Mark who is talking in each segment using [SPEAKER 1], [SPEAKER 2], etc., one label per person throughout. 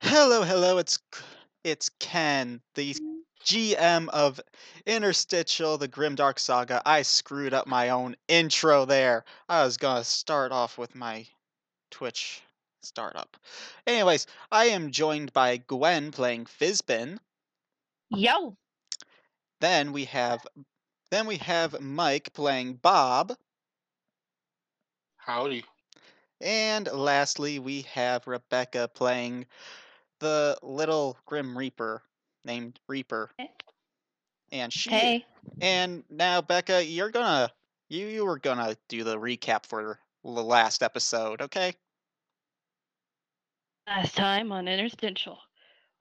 [SPEAKER 1] Hello, hello. It's it's Ken, the GM of Interstitial: The Grimdark Saga. I screwed up my own intro there. I was gonna start off with my Twitch startup. Anyways, I am joined by Gwen playing Fizbin.
[SPEAKER 2] Yo.
[SPEAKER 1] Then we have then we have Mike playing Bob,
[SPEAKER 3] Howdy.
[SPEAKER 1] and lastly we have Rebecca playing the little Grim Reaper named Reaper.
[SPEAKER 2] Hey.
[SPEAKER 1] And she
[SPEAKER 2] Eh. Hey.
[SPEAKER 1] And now, Becca, you're gonna you you were gonna do the recap for the last episode, okay?
[SPEAKER 2] Last time on Interstitial,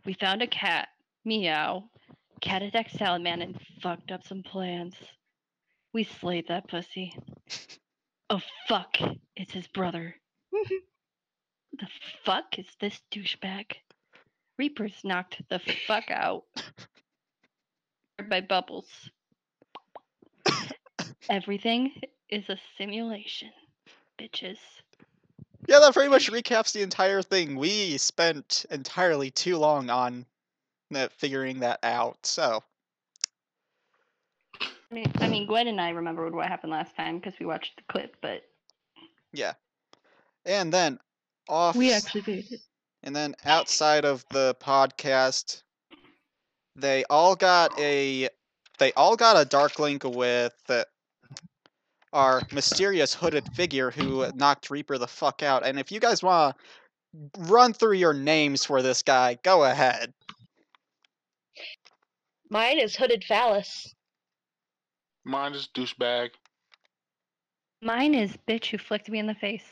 [SPEAKER 2] we found a cat, Meow. Cat attacked Salaman and fucked up some plans. We slayed that pussy. Oh fuck, it's his brother. the fuck is this douchebag? Reapers knocked the fuck out by bubbles. Everything is a simulation, bitches.
[SPEAKER 1] Yeah, that pretty much recaps the entire thing. We spent entirely too long on that, figuring that out. So
[SPEAKER 2] I mean, I mean, Gwen and I remembered what happened last time because we watched the clip, but
[SPEAKER 1] and then off
[SPEAKER 2] we actually paid it.
[SPEAKER 1] and then outside of the podcast, they all got a they all got a dark link with uh, our mysterious hooded figure who knocked Reaper the fuck out. And if you guys want to run through your names for this guy, go ahead.
[SPEAKER 4] Mine is Hooded Phallus.
[SPEAKER 3] Mine is douchebag.
[SPEAKER 2] Mine is bitch who flicked me in the face.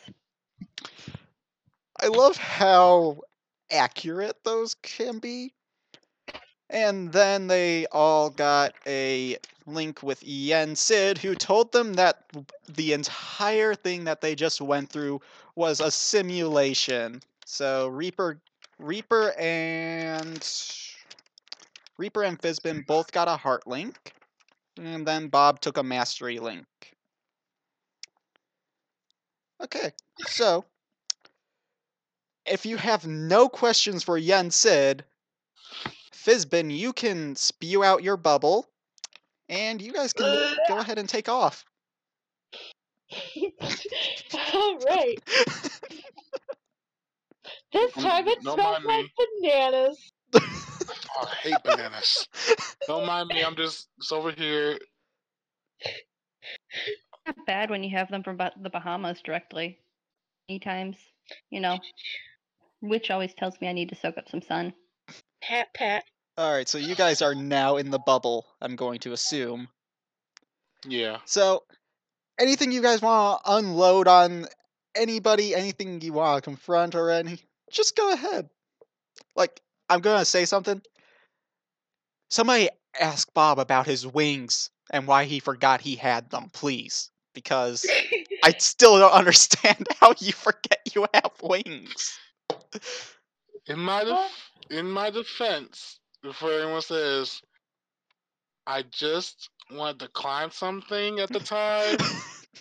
[SPEAKER 1] I love how accurate those can be. And then they all got a link with Yen Sid, who told them that the entire thing that they just went through was a simulation. So Reaper, Reaper and Reaper and Fizbin both got a heart link, and then Bob took a mastery link. Okay, so if you have no questions for Yen Sid, Fizbin, you can spew out your bubble, and you guys can go ahead and take off.
[SPEAKER 4] All right. This
[SPEAKER 3] Mm,
[SPEAKER 4] time it
[SPEAKER 3] don't
[SPEAKER 4] smells
[SPEAKER 3] mind
[SPEAKER 4] like bananas.
[SPEAKER 3] Oh, I hate bananas. Don't mind me. I'm just it's over here.
[SPEAKER 2] Not bad when you have them from Ba- the Bahamas directly. Many times, you know. Witch always tells me I need to soak up some sun.
[SPEAKER 4] Pat, pat.
[SPEAKER 1] All right, so you guys are now in the bubble, I'm going to assume.
[SPEAKER 3] Yeah.
[SPEAKER 1] So, anything you guys want to unload on anybody, anything you want to confront or any, just go ahead. Like, I'm going to say something. Somebody ask Bob about his wings and why he forgot he had them, please. Because I still don't understand how you forget you have wings.
[SPEAKER 3] In my def- in my defense, before anyone says, I just wanted to climb something at the time,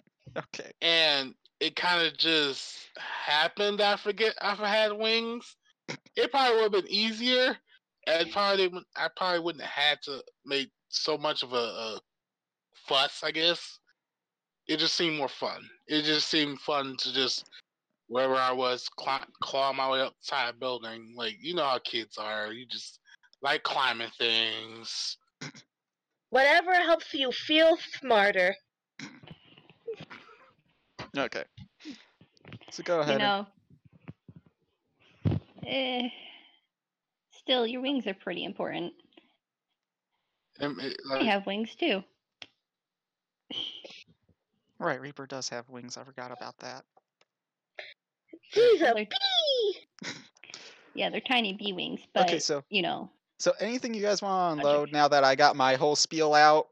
[SPEAKER 1] okay.
[SPEAKER 3] and it kind of just happened. I forget I had wings. It probably would have been easier, and probably wouldn't- I probably wouldn't have had to make so much of a, a fuss. I guess it just seemed more fun. It just seemed fun to just wherever I was climb, claw my way up the side of the building. Like you know how kids are. You just like climbing things.
[SPEAKER 4] Whatever helps you feel smarter.
[SPEAKER 1] Okay. So go ahead.
[SPEAKER 2] You
[SPEAKER 1] and-
[SPEAKER 2] know. Eh. Still, your wings are pretty important.
[SPEAKER 3] And it-
[SPEAKER 2] I
[SPEAKER 3] like,
[SPEAKER 2] have wings too.
[SPEAKER 1] Right, Reaper does have wings. I forgot about that.
[SPEAKER 4] He's a
[SPEAKER 2] Like-
[SPEAKER 4] bee.
[SPEAKER 2] Yeah, they're tiny bee wings, but
[SPEAKER 1] okay, so
[SPEAKER 2] you know,
[SPEAKER 1] so anything you guys want to
[SPEAKER 2] Gotcha.
[SPEAKER 1] unload now that I got my whole spiel out?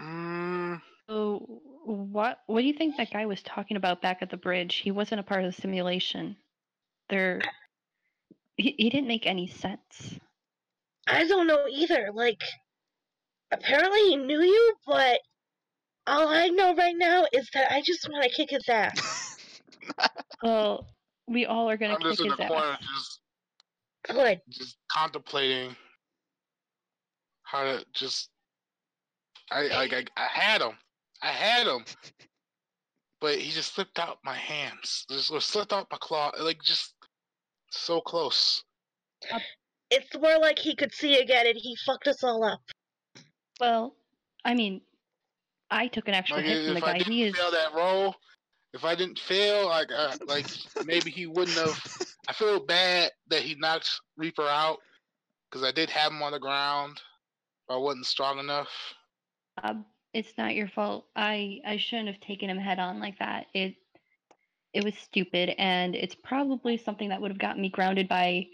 [SPEAKER 3] mm,
[SPEAKER 2] So what what do you think that guy was talking about back at the bridge? He wasn't a part of the simulation. There he, he didn't make any sense.
[SPEAKER 4] I don't know either. Like, apparently he knew you, but all I know right now is that I just want to kick his ass.
[SPEAKER 2] Well, we all are gonna
[SPEAKER 3] I'm
[SPEAKER 2] kick
[SPEAKER 3] just in
[SPEAKER 2] his
[SPEAKER 3] the corner,
[SPEAKER 2] ass.
[SPEAKER 3] just
[SPEAKER 4] Good.
[SPEAKER 3] just contemplating how to just I like I, I had him, I had him, but he just slipped out my hands, just or slipped out my claw, like just so close.
[SPEAKER 4] It's more like he could see again and he fucked us all up.
[SPEAKER 2] Well, I mean, I took an actual
[SPEAKER 3] Like
[SPEAKER 2] hit from the
[SPEAKER 3] if I
[SPEAKER 2] guy.
[SPEAKER 3] didn't
[SPEAKER 2] He is.
[SPEAKER 3] fail that roll, if I didn't fail, like uh, like maybe he wouldn't have. I feel bad that he knocked Reaper out because I did have him on the ground. but I wasn't strong enough.
[SPEAKER 2] Bob, Um, it's not your fault. I I shouldn't have taken him head on like that. It it was stupid, and it's probably something that would have gotten me grounded by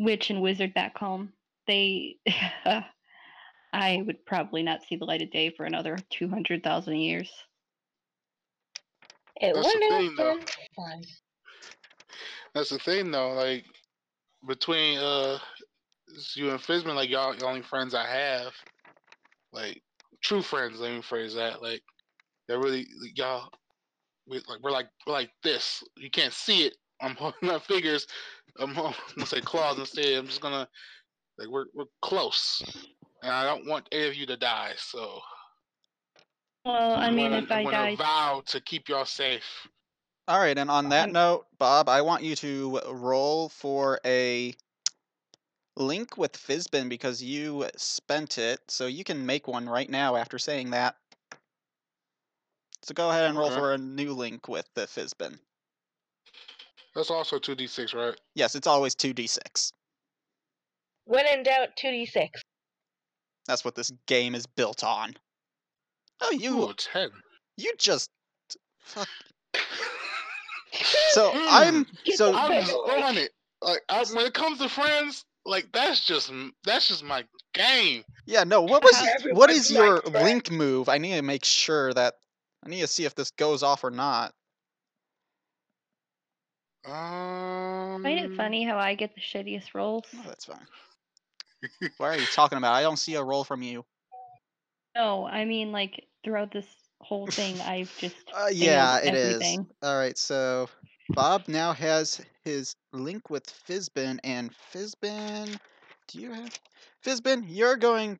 [SPEAKER 2] witch and wizard back home. They, I would probably not see the light of day for another two hundred thousand years.
[SPEAKER 3] That's
[SPEAKER 4] It
[SPEAKER 3] the
[SPEAKER 4] wouldn't
[SPEAKER 3] thing, though.
[SPEAKER 4] have been fun.
[SPEAKER 3] That's the thing though, like between uh you and Fizman, like y'all the only friends I have. Like true friends, let me phrase that. Like they're really like, y'all we like we're like we're like this. You can't see it. I'm holding my fingers. I'm, hol- I'm gonna say claws instead. I'm just gonna like we're we're close. And I don't want any of you to die, so
[SPEAKER 2] Well, I
[SPEAKER 3] I'm
[SPEAKER 2] mean,
[SPEAKER 3] gonna-
[SPEAKER 2] if I
[SPEAKER 3] I'm
[SPEAKER 2] died,
[SPEAKER 3] gonna vow to keep y'all safe.
[SPEAKER 1] All right, and on that
[SPEAKER 2] Um,
[SPEAKER 1] note, Bob, I want you to roll for a link with Fizbin because you spent it, so you can make one right now after saying that. So go ahead and roll
[SPEAKER 3] Okay.
[SPEAKER 1] for a new link with the Fizbin.
[SPEAKER 3] That's also two D six, right?
[SPEAKER 1] Yes, it's always 2d6.
[SPEAKER 4] When in doubt, 2d6.
[SPEAKER 1] That's what this game is built on. Oh, you
[SPEAKER 3] Ooh, ten.
[SPEAKER 1] you just fuck. So I'm
[SPEAKER 4] Get
[SPEAKER 1] so
[SPEAKER 4] the
[SPEAKER 3] I'm
[SPEAKER 4] Okay.
[SPEAKER 3] just on it. Like I, when it comes to friends, like that's just m- that's just my game.
[SPEAKER 1] yeah, no, what was
[SPEAKER 4] Everyone's
[SPEAKER 1] what is
[SPEAKER 4] my
[SPEAKER 1] your
[SPEAKER 4] friend.
[SPEAKER 1] link move? I need to make sure that I need to see if this goes off or not.
[SPEAKER 3] Um,
[SPEAKER 2] find it funny how I get the shittiest rolls.
[SPEAKER 1] No, Oh, that's fine. what are you talking about? I don't see a roll from you.
[SPEAKER 2] No, I mean like throughout this whole thing, I've just
[SPEAKER 1] Uh,
[SPEAKER 2] failed
[SPEAKER 1] yeah, it is.
[SPEAKER 2] everything.
[SPEAKER 1] All right, so Bob now has his link with Fizbin, and Fizbin, do you have Fizbin? You're going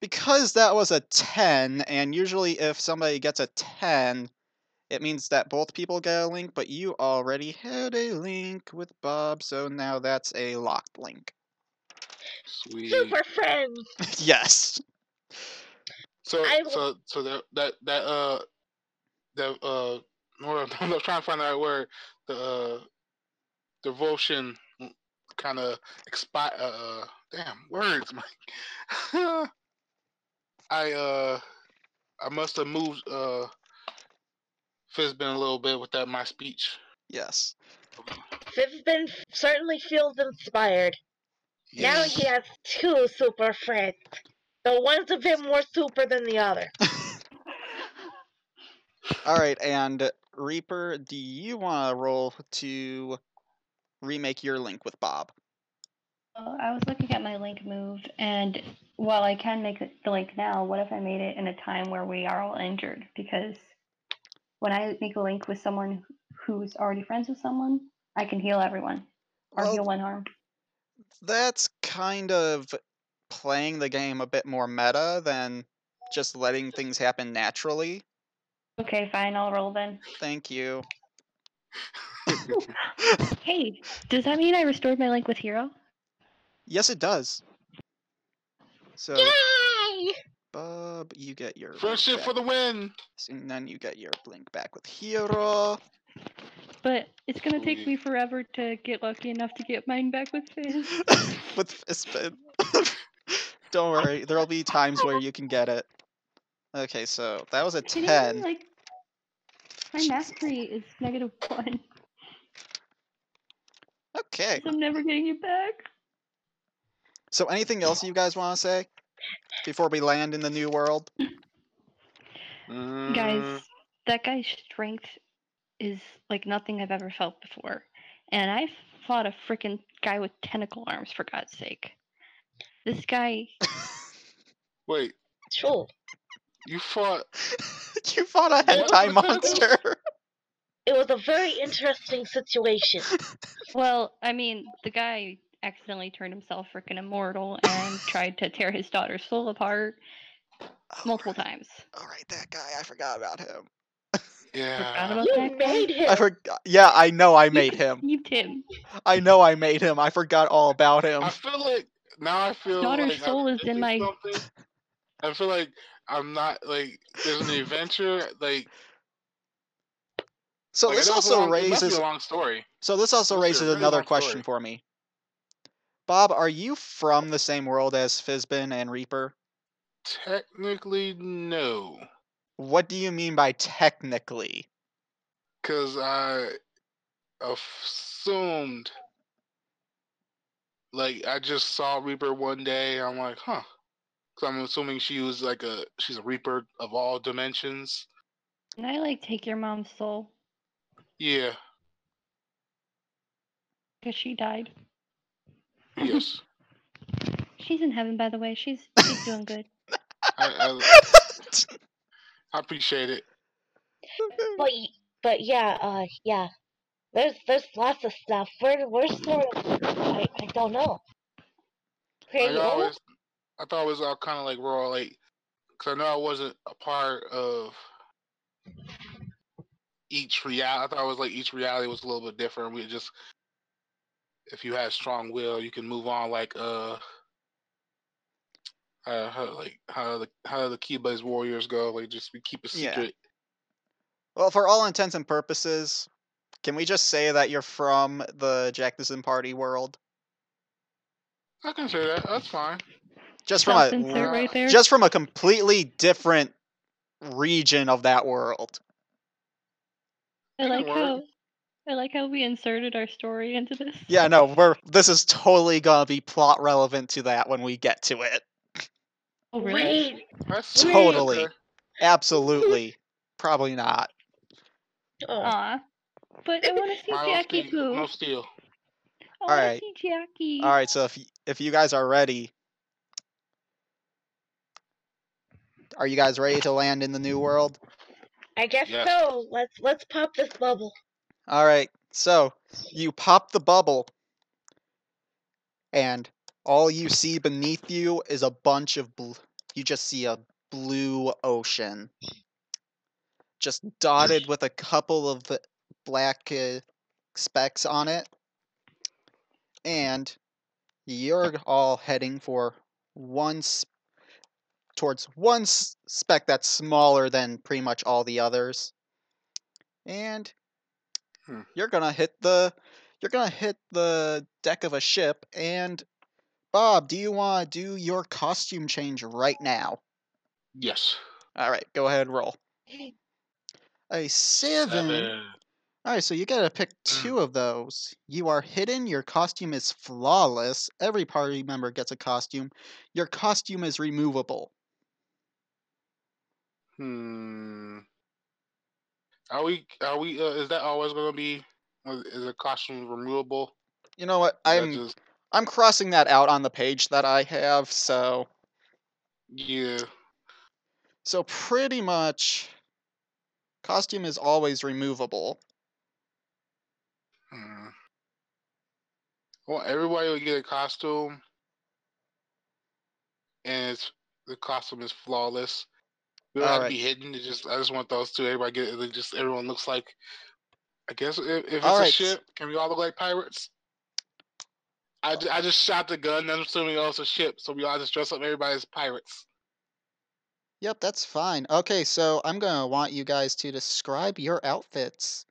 [SPEAKER 1] because that was a ten, and usually if somebody gets a ten, it means that both people get a link. But you already had a link with Bob, so now that's a locked link.
[SPEAKER 3] sweet.
[SPEAKER 4] Super friends.
[SPEAKER 1] yes.
[SPEAKER 3] So
[SPEAKER 4] I will-
[SPEAKER 3] so so that that that uh that uh word- I'm trying to find the right word. The uh, devotion kind of expi Uh, damn words, Mike. I uh I must have moved uh Fizbin a little bit with that my speech.
[SPEAKER 1] Yes.
[SPEAKER 4] Fizbin certainly feels inspired. Now
[SPEAKER 3] Yes.
[SPEAKER 4] he has two super friends. The one's a bit more super than the other.
[SPEAKER 1] All right, and Reaper, do you want to roll to remake your link with Bob?
[SPEAKER 2] Well, I was looking at my link move, and while I can make it- the link now, what if I made it in a time where we are all injured? Because when I make a link with someone who's already friends with someone, I can heal everyone or
[SPEAKER 1] Well,
[SPEAKER 2] heal one harm.
[SPEAKER 1] that's kind of playing the game a bit more meta than just letting things happen naturally.
[SPEAKER 2] Okay, fine, I'll roll then.
[SPEAKER 1] Thank you.
[SPEAKER 2] Hey, does that mean I restored my link with Hero?
[SPEAKER 1] Yes, it does. So,
[SPEAKER 4] Yay!
[SPEAKER 1] Bob, you get your link
[SPEAKER 3] Friendship
[SPEAKER 1] back
[SPEAKER 3] for the win.
[SPEAKER 1] with- and then you get your link back with Hero.
[SPEAKER 2] But it's gonna take
[SPEAKER 3] Sweet.
[SPEAKER 2] me forever to get lucky enough to get mine back with Fizz.
[SPEAKER 1] with Fizbin. Don't worry, there'll be times where you can get it. Okay, so that was a
[SPEAKER 2] Can you,
[SPEAKER 1] ten.
[SPEAKER 2] Like, my mastery is negative one.
[SPEAKER 1] Okay.
[SPEAKER 2] I'm never getting it back.
[SPEAKER 1] So anything else you guys want to say before we land in the new world? Mm. Mm-hmm.
[SPEAKER 2] Guys, that guy's strength is like nothing I've ever felt before. And I fought a freaking guy with tentacle arms, for God's sake. This guy,
[SPEAKER 3] Wait,
[SPEAKER 4] True.
[SPEAKER 3] you fought
[SPEAKER 1] you fought a
[SPEAKER 3] What?
[SPEAKER 1] hentai
[SPEAKER 3] What kind of thing?
[SPEAKER 1] monster.
[SPEAKER 4] It was a very interesting situation.
[SPEAKER 2] well, I mean, the guy accidentally turned himself freaking immortal and tried to tear his daughter's soul apart multiple times.
[SPEAKER 1] All right, that guy. I forgot about him.
[SPEAKER 2] Forgot
[SPEAKER 3] Yeah.
[SPEAKER 2] about that
[SPEAKER 4] You
[SPEAKER 2] guy?
[SPEAKER 4] made him.
[SPEAKER 1] I forgot. Yeah, I know. I
[SPEAKER 2] You
[SPEAKER 1] made him.
[SPEAKER 2] conceived him.
[SPEAKER 1] I know. I made him. I forgot all about him.
[SPEAKER 3] I feel like now I feel
[SPEAKER 2] Daughter's
[SPEAKER 3] like I
[SPEAKER 2] soul is
[SPEAKER 3] did
[SPEAKER 2] in my-
[SPEAKER 3] something. I feel like I'm not like there's an adventure like.
[SPEAKER 1] So
[SPEAKER 3] like, I
[SPEAKER 1] this
[SPEAKER 3] know it's a
[SPEAKER 1] also
[SPEAKER 3] long- it must be
[SPEAKER 1] raises.
[SPEAKER 3] a long story.
[SPEAKER 1] So this also
[SPEAKER 3] must be a
[SPEAKER 1] raises
[SPEAKER 3] really
[SPEAKER 1] another
[SPEAKER 3] long
[SPEAKER 1] question
[SPEAKER 3] story.
[SPEAKER 1] for me. Bob, are you from the same world as Fizbin and Reaper?
[SPEAKER 3] Technically, no,
[SPEAKER 1] What do you mean by technically?
[SPEAKER 3] because I assumed. Like I just saw Reaper one day. I'm like, huh. Because I'm assuming she was like a she's a Reaper of all dimensions.
[SPEAKER 2] Can I like take your mom's soul?
[SPEAKER 3] Yeah.
[SPEAKER 2] Because she died.
[SPEAKER 3] Yes.
[SPEAKER 2] She's in heaven, by the way. She's she's doing good.
[SPEAKER 3] I, I, I appreciate it.
[SPEAKER 4] But y- but yeah, uh, yeah. There's there's lots of stuff. We're we're sort of I, I don't know.
[SPEAKER 3] I
[SPEAKER 4] Pretty old.
[SPEAKER 3] always, I thought it was all kind of like raw, like, because I know I wasn't a part of each reality. I thought it was like each reality was a little bit different. We just, if you had strong will, you can move on, like, uh, uh how, like how the how the Kiba's warriors go, like, just we keep a
[SPEAKER 1] Yeah.
[SPEAKER 3] secret.
[SPEAKER 1] Well, for all intents and purposes, can we just say that you're from the Jackson Party world?
[SPEAKER 3] I can say that. That's fine.
[SPEAKER 1] Just from
[SPEAKER 2] Sounds
[SPEAKER 1] a
[SPEAKER 2] sincere right there.
[SPEAKER 1] just from a completely different region of that world.
[SPEAKER 2] I like
[SPEAKER 3] It'll
[SPEAKER 2] how
[SPEAKER 3] work.
[SPEAKER 2] I like how we inserted our story into this.
[SPEAKER 1] Yeah, no, we're this is totally gonna be plot relevant to that when we get to it.
[SPEAKER 2] Oh, really?
[SPEAKER 4] Wait.
[SPEAKER 3] That's
[SPEAKER 4] Wait.
[SPEAKER 1] Totally.
[SPEAKER 3] okay.
[SPEAKER 1] Absolutely. Probably not.
[SPEAKER 4] Oh,
[SPEAKER 2] Aw. But I want to see
[SPEAKER 3] Milo
[SPEAKER 2] Jackie
[SPEAKER 3] Steel-
[SPEAKER 2] Pooh.
[SPEAKER 3] No steel.
[SPEAKER 2] I want
[SPEAKER 1] Alright.
[SPEAKER 2] to see Jackie.
[SPEAKER 1] All right, so if y- if you guys are ready, are you guys ready to land in the new world?
[SPEAKER 4] I guess
[SPEAKER 3] Yes.
[SPEAKER 4] so. Let's let's pop this bubble.
[SPEAKER 1] All right. So, you pop the bubble and all you see beneath you is a bunch of bl- you just see a blue ocean just dotted with a couple of the black uh, specks on it. And you're all heading for one s towards one s- speck that's smaller than pretty much all the others. And
[SPEAKER 3] Hmm.
[SPEAKER 1] you're going to hit the you're going to hit the deck of a ship and Bob, do you want to do your costume change right now?
[SPEAKER 3] Yes.
[SPEAKER 1] All right, go ahead roll. A 7.
[SPEAKER 3] Seven. Mm.
[SPEAKER 1] All right, so you gotta pick two of those. You are hidden. Your costume is flawless. Every party member gets a costume. Your costume is removable.
[SPEAKER 3] Hmm. Are we? Are we? Uh, is that always going to be? Is is a costume removable?
[SPEAKER 1] You know what?
[SPEAKER 3] Is that
[SPEAKER 1] I'm
[SPEAKER 3] just
[SPEAKER 1] I'm crossing that out on the page that I have. So
[SPEAKER 3] yeah.
[SPEAKER 1] so pretty much, costume is always removable.
[SPEAKER 3] Hmm. Well, everybody will get a costume, and it's, the costume is flawless. We don't have
[SPEAKER 1] Alright.
[SPEAKER 3] to be hidden. It just I just want those two. Everybody get it. Just everyone looks like. I guess if, if it's
[SPEAKER 1] Alright.
[SPEAKER 3] a ship, can we all look like pirates? I, ju- I just shot the gun. I'm assuming oh, it's a ship, so we all just dress up everybody as pirates.
[SPEAKER 1] Yep, that's fine. Okay, so I'm gonna want you guys to describe your outfits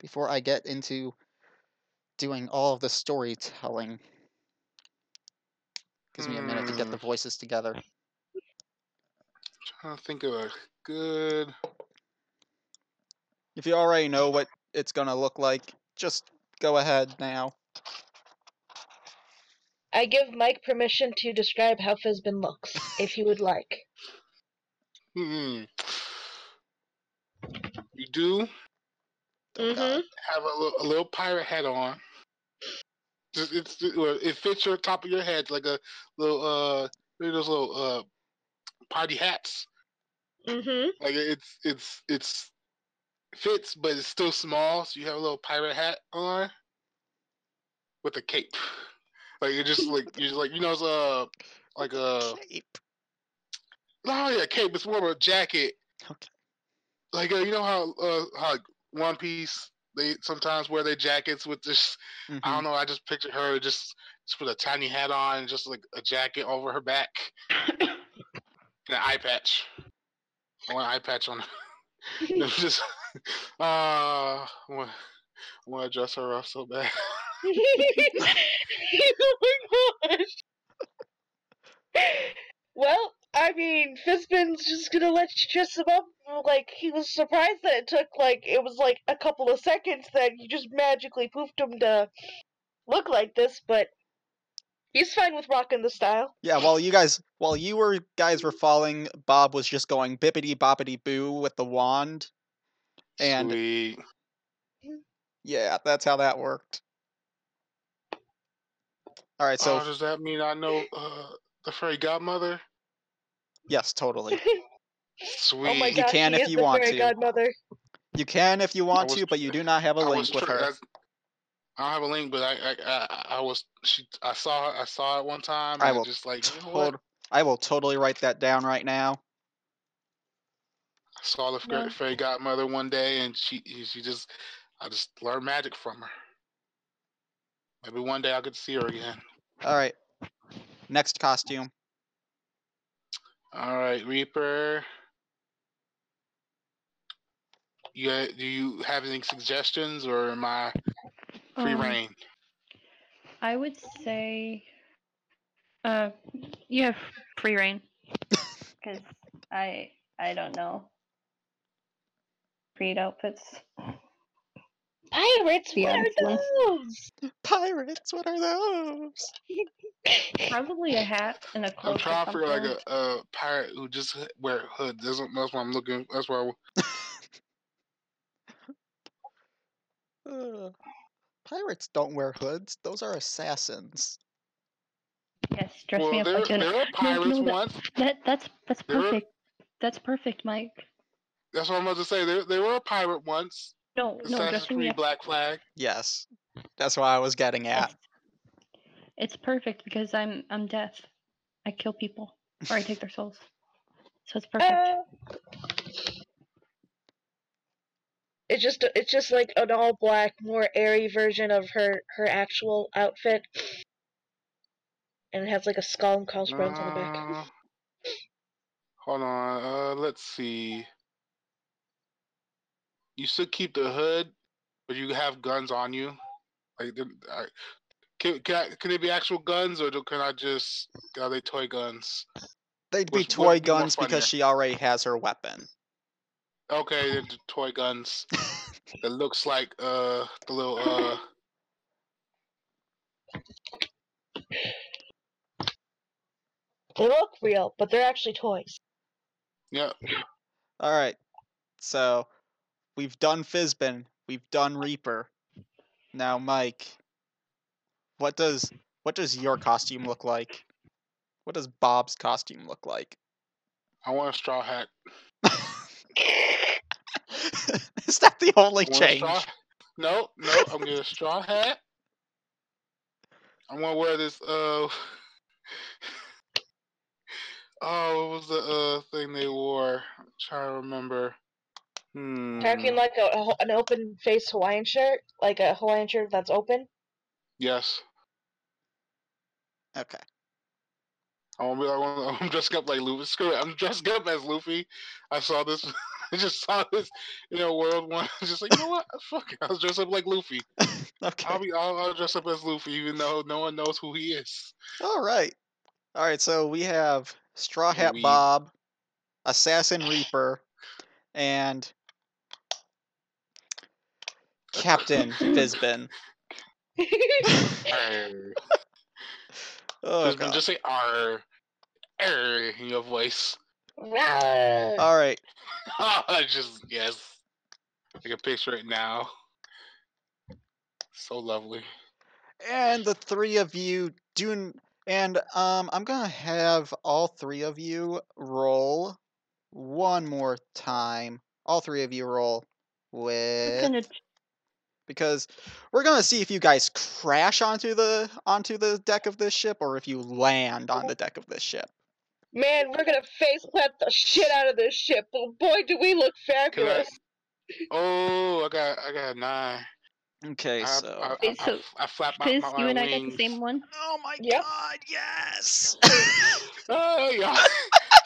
[SPEAKER 1] before I get into doing all of the storytelling. Gives me a minute to get
[SPEAKER 3] Hmm.
[SPEAKER 1] the voices together.
[SPEAKER 3] trying to think of a good.
[SPEAKER 1] If you already know what it's gonna look like, just go ahead now.
[SPEAKER 4] I give Mike permission to describe how Fizbin looks, if he would like.
[SPEAKER 3] Hmm. You do
[SPEAKER 1] Oh, God.
[SPEAKER 4] hmm
[SPEAKER 3] have a, li- a little pirate hat on. Just it's well, it fits your top of your head like a little uh you know those little uh party hats.
[SPEAKER 4] hmm
[SPEAKER 3] Like it's it's it's fits but it's still small. So you have a little pirate hat on with a cape. Like you're just like you're just like you know it's uh like a
[SPEAKER 1] Cape.
[SPEAKER 3] no yeah cape. It's more of a jacket.
[SPEAKER 1] Okay.
[SPEAKER 3] Like uh, you know how uh how like, One Piece they sometimes wear their jackets with this. I
[SPEAKER 1] Mhm.
[SPEAKER 3] don't know. I just pictured her just just with a tiny hat on, and just like a jacket over her back, and an eye patch. I want an eye patch on. her. just uh, I want to dress her up so bad.
[SPEAKER 4] oh my gosh. Well, I mean, Fispin's just gonna let you dress him up. Like he was surprised that it took like it was like a couple of seconds that you just magically poofed him to look like this, but he's fine with rocking the style.
[SPEAKER 1] Yeah, while you guys, while you were guys were falling, Bob was just going bippity boppity boo with the wand. And-
[SPEAKER 3] Sweet.
[SPEAKER 1] Yeah, that's how that worked. All right, so
[SPEAKER 3] oh, does that mean I know uh, the fairy godmother?
[SPEAKER 1] yes, totally.
[SPEAKER 3] Sweet.
[SPEAKER 4] Oh my
[SPEAKER 1] You
[SPEAKER 4] gosh,
[SPEAKER 1] can
[SPEAKER 4] he
[SPEAKER 1] if
[SPEAKER 4] is
[SPEAKER 1] you
[SPEAKER 4] the
[SPEAKER 1] want
[SPEAKER 4] fairy
[SPEAKER 1] to.
[SPEAKER 4] godmother.
[SPEAKER 1] You can if you want
[SPEAKER 3] was
[SPEAKER 1] to, but you
[SPEAKER 3] tr-
[SPEAKER 1] do not have a
[SPEAKER 3] I
[SPEAKER 1] link
[SPEAKER 3] was
[SPEAKER 1] with
[SPEAKER 3] try-
[SPEAKER 1] her.
[SPEAKER 3] that's- I don't have a link, but I I, I, I was she I saw her- I saw it one time.
[SPEAKER 1] I
[SPEAKER 3] and
[SPEAKER 1] will
[SPEAKER 3] just like you know what?
[SPEAKER 1] Tot- I will totally write that down right now.
[SPEAKER 3] I saw the
[SPEAKER 4] No.
[SPEAKER 3] fairy, fairy godmother one day, and she she just I just learned magic from her. Maybe one day I could see her again.
[SPEAKER 1] All right, next costume.
[SPEAKER 3] All right, Reaper. Yeah, do you have any suggestions, or am I free
[SPEAKER 2] Um,
[SPEAKER 3] reign?
[SPEAKER 2] I would say, uh, you have free reign because I I don't know. Read outfits.
[SPEAKER 4] Pirates,
[SPEAKER 2] The
[SPEAKER 4] what are
[SPEAKER 2] Amazons.
[SPEAKER 4] those?
[SPEAKER 1] Pirates, what are those?
[SPEAKER 2] Probably a hat and a cloak.
[SPEAKER 3] I'm
[SPEAKER 2] or
[SPEAKER 3] trying for like
[SPEAKER 2] something.
[SPEAKER 3] a, a pirate who just h- wear a hood. That's, what- that's what I'm looking. That's why. I-
[SPEAKER 1] Ugh. Pirates don't wear hoods. Those are assassins.
[SPEAKER 2] Yes, dress me
[SPEAKER 3] Well,
[SPEAKER 2] up
[SPEAKER 3] there,
[SPEAKER 2] like an.
[SPEAKER 3] there are pirates
[SPEAKER 2] no, that-
[SPEAKER 3] once.
[SPEAKER 2] That that's that's
[SPEAKER 3] There-
[SPEAKER 2] perfect. That's perfect, Mike.
[SPEAKER 3] That's what I'm about to say. There, there were a pirate once.
[SPEAKER 2] No, no,
[SPEAKER 3] Assassin's
[SPEAKER 2] dressing me
[SPEAKER 3] Creed
[SPEAKER 2] up.
[SPEAKER 3] Black Flag.
[SPEAKER 1] Yes, that's what I was getting at.
[SPEAKER 2] Yes. It's perfect because I'm I'm death. I kill people or I take their souls. So it's perfect.
[SPEAKER 4] Uh, it's just it's just like an all black, more airy version of her her actual outfit, and it has like a skull and crossbones on the back.
[SPEAKER 3] Uh, hold on. Uh, let's see. You still keep the hood, but you have guns on you. Like, the- I, can can, I, can it be actual guns, or do- can I just are they toy guns?
[SPEAKER 1] They'd be
[SPEAKER 3] Which would
[SPEAKER 1] toy
[SPEAKER 3] be more
[SPEAKER 1] guns because she already has her weapon.
[SPEAKER 3] Okay, they're the toy guns. that looks like uh the little uh
[SPEAKER 4] They look real, but they're actually toys.
[SPEAKER 3] yeah.
[SPEAKER 1] All right, so we've done Fizbin, we've done Reaper. Now, Mike, what does what does your costume look like? What does Bob's costume look like?
[SPEAKER 3] I want a straw hat.
[SPEAKER 1] Is that the only
[SPEAKER 3] I want a
[SPEAKER 1] change?
[SPEAKER 3] straw. No, no, I'm getting a straw hat. I'm gonna wear this uh Oh, what was the uh thing they wore? I'm trying to remember. Hmm.
[SPEAKER 4] Talking like a, a- an open face Hawaiian shirt, like a Hawaiian shirt that's open.
[SPEAKER 3] Yes.
[SPEAKER 1] Okay.
[SPEAKER 3] I want to be I wanna, I'm dressed up like Luffy. Screw it. I'm dressed up as Luffy. I saw this. I just saw this, you know, world one. I was just like, you know what? Fuck it. I was dressed up like Luffy.
[SPEAKER 1] Okay.
[SPEAKER 3] I'll be I'll, I'll dress up as Luffy, even though no one knows who he is.
[SPEAKER 1] All right. All right. So we have Straw Hat
[SPEAKER 3] We-
[SPEAKER 1] Bob, Assassin Reaper, and Captain Fizbin.
[SPEAKER 3] Arr.
[SPEAKER 1] Oh,
[SPEAKER 3] just, been-
[SPEAKER 1] God.
[SPEAKER 3] just say R, R in your voice.
[SPEAKER 4] Rawr.
[SPEAKER 1] All right.
[SPEAKER 3] just yes, I can picture it now. So lovely.
[SPEAKER 1] and the three of you do n- and um i'm gonna have all three of you roll one more time all three of you roll
[SPEAKER 2] I'm
[SPEAKER 1] with
[SPEAKER 2] gonna
[SPEAKER 1] because we're gonna see if you guys crash onto the onto the deck of this ship or if you land on the deck of this ship.
[SPEAKER 4] Man, we're gonna face plant the shit out of this ship. But boy, do we look fabulous.
[SPEAKER 3] Oh, I got I got a nine.
[SPEAKER 1] Okay,
[SPEAKER 3] I,
[SPEAKER 1] so
[SPEAKER 3] I, I,
[SPEAKER 2] Okay, so,
[SPEAKER 3] I, I flap my,
[SPEAKER 2] Fizz,
[SPEAKER 3] my
[SPEAKER 2] you and I got
[SPEAKER 3] wings.
[SPEAKER 2] the same one.
[SPEAKER 1] Oh my
[SPEAKER 4] Yep.
[SPEAKER 1] god, yes!
[SPEAKER 3] Oh yeah.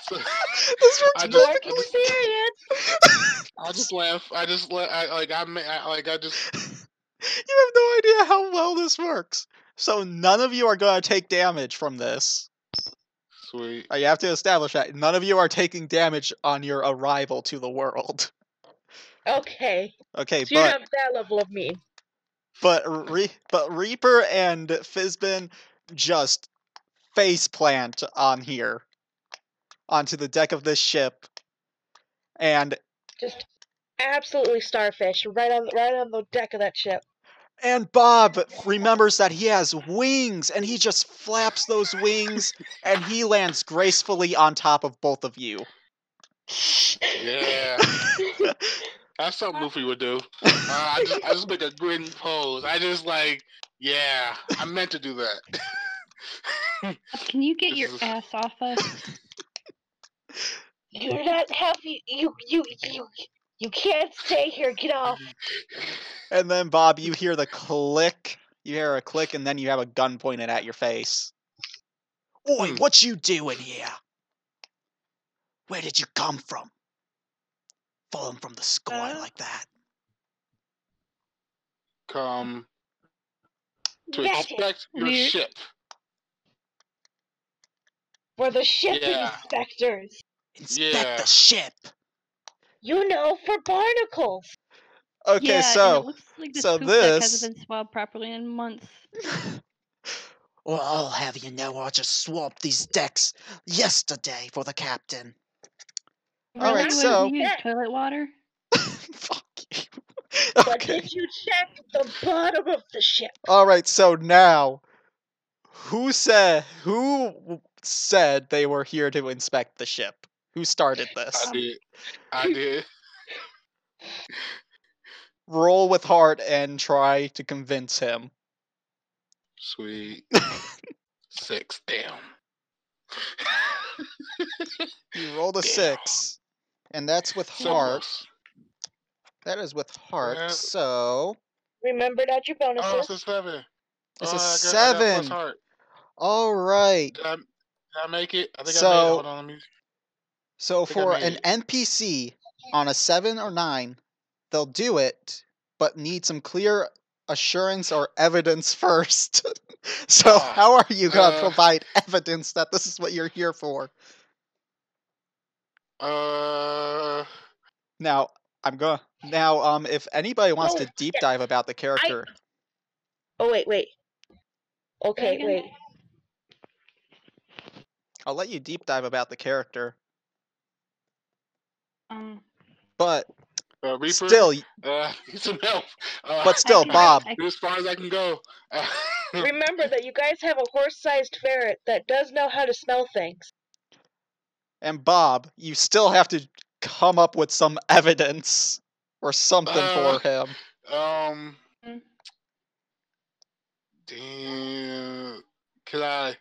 [SPEAKER 3] So,
[SPEAKER 1] this works
[SPEAKER 3] I just-
[SPEAKER 4] More
[SPEAKER 3] I
[SPEAKER 1] perfectly.
[SPEAKER 3] just-
[SPEAKER 4] experience.
[SPEAKER 3] I just laugh. I just la- I, like I, ma- I like I just
[SPEAKER 1] you have no idea how well this works. So none of you are gonna take damage from this.
[SPEAKER 3] sweet.
[SPEAKER 1] Uh, You have to establish that none of you are taking damage on your arrival to the world.
[SPEAKER 4] Okay,
[SPEAKER 1] Okay,
[SPEAKER 4] so you're
[SPEAKER 1] but
[SPEAKER 4] not that level of mean.
[SPEAKER 1] but Re- but Reaper and Fizbin just face plant on here, onto the deck of this ship, and
[SPEAKER 4] Just absolutely starfish right on right on the deck of that ship.
[SPEAKER 1] And Bob remembers that he has wings and he just flaps those wings and he lands gracefully on top of both of you.
[SPEAKER 3] Yeah, that's something Luffy would do. Uh, I just I just make a grin pose. I just like yeah. I meant to do that.
[SPEAKER 2] Uh, Can you get your
[SPEAKER 3] This is-
[SPEAKER 2] ass off us?
[SPEAKER 4] You're not happy. You you you you can't stay here. Get
[SPEAKER 2] Oh,
[SPEAKER 4] off.
[SPEAKER 1] And then Bob, you hear the click. You hear a click and then you have a gun pointed at your face. Oi,
[SPEAKER 3] Hmm.
[SPEAKER 1] what you doing here? Where did you come from? Falling from the sky
[SPEAKER 4] Uh?
[SPEAKER 1] like that.
[SPEAKER 3] Come to
[SPEAKER 4] Magic.
[SPEAKER 3] inspect your
[SPEAKER 2] Weird.
[SPEAKER 3] ship.
[SPEAKER 4] We're the ship
[SPEAKER 3] Yeah.
[SPEAKER 4] inspectors.
[SPEAKER 1] Inspect
[SPEAKER 3] Yeah.
[SPEAKER 1] the ship.
[SPEAKER 4] You know, for barnacles.
[SPEAKER 1] Okay,
[SPEAKER 2] yeah, and
[SPEAKER 1] so
[SPEAKER 2] it looks like this
[SPEAKER 1] so
[SPEAKER 2] poop deck
[SPEAKER 1] this-
[SPEAKER 2] hasn't been swab properly in months.
[SPEAKER 1] Well, I'll have you know I just swapped these decks yesterday for the captain. All
[SPEAKER 2] Really?
[SPEAKER 1] right,
[SPEAKER 2] What,
[SPEAKER 1] so-
[SPEAKER 2] we use toilet water.
[SPEAKER 1] Fuck you.
[SPEAKER 4] But
[SPEAKER 1] Okay.
[SPEAKER 4] did you check the bottom of the ship?
[SPEAKER 1] All right, so now who said who w- said they were here to inspect the ship? Who started this?
[SPEAKER 3] I did. I did.
[SPEAKER 1] Roll with heart and try to convince him.
[SPEAKER 3] Sweet. Six. Damn.
[SPEAKER 1] You rolled a
[SPEAKER 3] Yeah.
[SPEAKER 1] 6. And that's with
[SPEAKER 3] So
[SPEAKER 1] heart.
[SPEAKER 3] close.
[SPEAKER 1] That is with heart.
[SPEAKER 3] Well-
[SPEAKER 1] So,
[SPEAKER 4] Remember not your bonuses.
[SPEAKER 3] Oh, it's a seven.
[SPEAKER 1] It's a
[SPEAKER 3] oh, I got- I got plus
[SPEAKER 1] seven.
[SPEAKER 3] heart.
[SPEAKER 1] all right.
[SPEAKER 3] Did I, did I make it? I think I made
[SPEAKER 1] So-
[SPEAKER 3] it. Hold on, let me.
[SPEAKER 1] So
[SPEAKER 3] think I
[SPEAKER 1] for an
[SPEAKER 3] made
[SPEAKER 1] NPC on a seven or nine, they'll do it, but need some clear assurance or evidence first. so
[SPEAKER 3] Ah,
[SPEAKER 1] how are you gonna
[SPEAKER 3] uh,
[SPEAKER 1] provide evidence that this is what you're here for?
[SPEAKER 3] Uh,
[SPEAKER 1] Now I'm gonna now um if anybody wants
[SPEAKER 4] Oh,
[SPEAKER 1] to deep
[SPEAKER 4] shit.
[SPEAKER 1] dive about the character,
[SPEAKER 4] Oh wait, wait. Okay,
[SPEAKER 2] again?
[SPEAKER 4] wait.
[SPEAKER 1] I'll let you deep dive about the character.
[SPEAKER 2] Um,
[SPEAKER 1] But
[SPEAKER 3] uh Reaper.
[SPEAKER 1] still,
[SPEAKER 3] Uh, need some help. Uh,
[SPEAKER 1] but still,
[SPEAKER 2] I-
[SPEAKER 1] Bob.
[SPEAKER 2] I-
[SPEAKER 3] do as far as I can go. Uh,
[SPEAKER 4] Remember that you guys have a horse-sized ferret that does know how to smell things.
[SPEAKER 1] and Bob, you still have to come up with some evidence or something
[SPEAKER 3] Uh,
[SPEAKER 1] for him.
[SPEAKER 3] um.
[SPEAKER 2] Mm.
[SPEAKER 3] Damn. Can I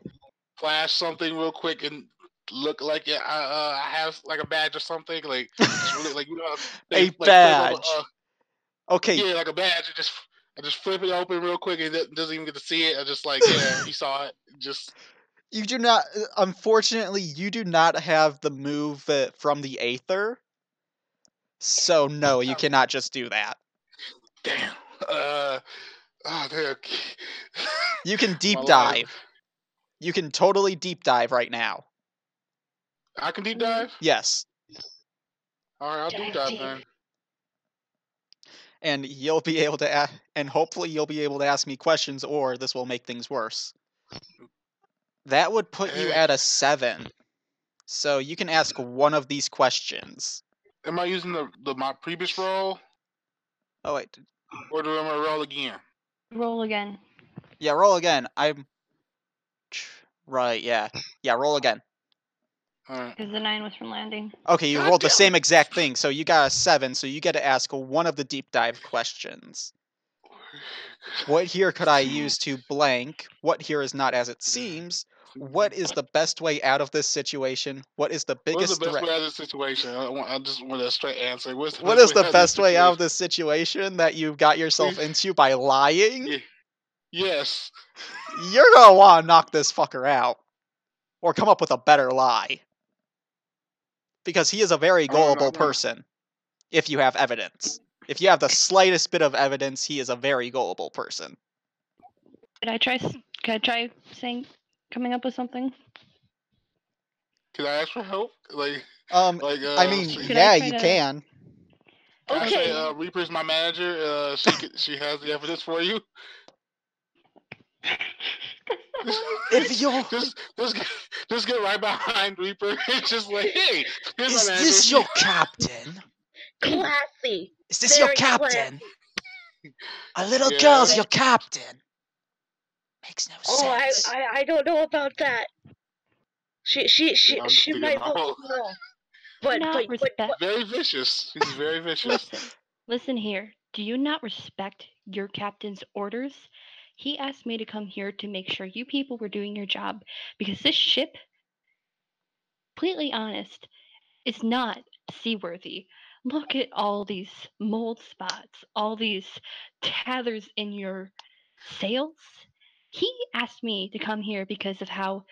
[SPEAKER 3] flash something real quick and look like yeah, I uh, I have like a badge or something like just really, like you know how
[SPEAKER 1] A
[SPEAKER 3] flip over,
[SPEAKER 1] badge.
[SPEAKER 3] uh,
[SPEAKER 1] Okay,
[SPEAKER 3] yeah, like a badge. I just I just flip it open real quick and it doesn't even get to see it. I just like yeah, you saw it. Just
[SPEAKER 1] You do not. uh, Unfortunately, you do not have the move uh, from the Aether. So no, you
[SPEAKER 3] Um,
[SPEAKER 1] cannot just do that.
[SPEAKER 3] damn. Uh, oh, damn.
[SPEAKER 1] You can deep
[SPEAKER 3] My life.
[SPEAKER 1] dive. You can totally deep dive right now.
[SPEAKER 3] I can deep dive.
[SPEAKER 1] Yes,
[SPEAKER 3] All right, I'll
[SPEAKER 4] Dive
[SPEAKER 3] deep dive
[SPEAKER 4] deep.
[SPEAKER 3] then.
[SPEAKER 1] and you'll be able to, a- and hopefully you'll be able to ask me questions, or this will make things worse. That would put you
[SPEAKER 3] Eh.
[SPEAKER 1] at a seven. So you can ask one of these questions.
[SPEAKER 3] Am I using the, the my previous roll
[SPEAKER 1] Oh wait, d-
[SPEAKER 3] or do I wanna roll again?
[SPEAKER 2] roll again.
[SPEAKER 1] yeah, roll again. I'm right. Yeah, yeah, roll again.
[SPEAKER 3] All right.
[SPEAKER 2] Because the nine was from landing.
[SPEAKER 1] Okay, you
[SPEAKER 3] God
[SPEAKER 1] rolled the
[SPEAKER 3] damn
[SPEAKER 1] same exact thing, so you got a seven, so you get to ask one of the deep dive questions. What here could I use to blank? What here is not as it seems? What is the best way out of this situation? What is the
[SPEAKER 3] What's the
[SPEAKER 1] biggest
[SPEAKER 3] best
[SPEAKER 1] threat?
[SPEAKER 3] way out of the situation? I, want, I just want a straight answer. What's
[SPEAKER 1] What is the
[SPEAKER 3] out of
[SPEAKER 1] best way out of
[SPEAKER 3] situation?
[SPEAKER 1] this situation that you got yourself into by lying?
[SPEAKER 3] Yeah. Yes.
[SPEAKER 1] You're gonna wanna knock this fucker out. Or come up with a better lie. Because he is a very
[SPEAKER 3] I wanna- I
[SPEAKER 1] gullible
[SPEAKER 3] wanna-
[SPEAKER 1] person. If you have evidence. If you have the slightest bit of evidence, he is a very gullible person.
[SPEAKER 2] Could I try? s- Could I try saying, coming up with something?
[SPEAKER 3] Can I ask for help? Like,
[SPEAKER 1] Um
[SPEAKER 3] like. Uh,
[SPEAKER 1] I mean,
[SPEAKER 3] she-
[SPEAKER 2] Can I
[SPEAKER 1] yeah,
[SPEAKER 2] try
[SPEAKER 1] you
[SPEAKER 2] to-
[SPEAKER 1] can.
[SPEAKER 3] can I say,
[SPEAKER 4] Okay.
[SPEAKER 3] uh, Reaper's my manager. Uh, she could, she has the evidence for you.
[SPEAKER 1] If you
[SPEAKER 3] just, just, get- just get right behind Reaper. It's just like, hey, here's
[SPEAKER 1] Is
[SPEAKER 3] my manager.
[SPEAKER 1] this your captain?
[SPEAKER 4] Classy.
[SPEAKER 1] Is this your
[SPEAKER 4] Very
[SPEAKER 1] captain? A little
[SPEAKER 3] Yeah.
[SPEAKER 1] girl's your captain. Makes no
[SPEAKER 4] Oh, I,
[SPEAKER 1] sense.
[SPEAKER 4] I I don't know about that. She she she
[SPEAKER 3] I'm just
[SPEAKER 4] she
[SPEAKER 3] thinking
[SPEAKER 4] might
[SPEAKER 3] about-
[SPEAKER 4] look small, but
[SPEAKER 2] not
[SPEAKER 4] but, but,
[SPEAKER 2] respect.
[SPEAKER 4] but
[SPEAKER 3] Very vicious. He's very vicious.
[SPEAKER 2] Listen, listen here. Do you not respect your captain's orders? He asked me to come here to make sure you people were doing your job because this ship, completely honest, is not seaworthy. Look at all these mold spots, all these tatters in your sails. He asked me to come here because of how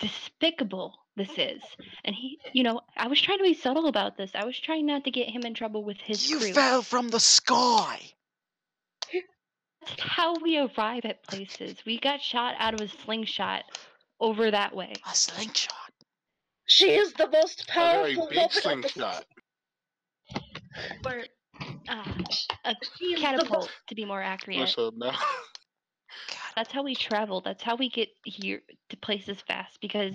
[SPEAKER 2] despicable this is. And he, you know, I was trying to be subtle about this. I was trying not to get him in trouble with his
[SPEAKER 1] You
[SPEAKER 2] crew.
[SPEAKER 1] fell from the sky.
[SPEAKER 2] That's how we arrive at places. We got shot out of a slingshot over that way.
[SPEAKER 1] A slingshot.
[SPEAKER 4] she is the most
[SPEAKER 3] A very
[SPEAKER 4] powerful
[SPEAKER 3] big
[SPEAKER 4] weapon of the
[SPEAKER 3] slingshot.
[SPEAKER 2] Or uh,
[SPEAKER 4] she is the
[SPEAKER 2] catapult,
[SPEAKER 4] most-
[SPEAKER 2] to be more accurate.
[SPEAKER 3] What's up now?
[SPEAKER 1] God.
[SPEAKER 2] That's how we travel. That's how we get here to places fast because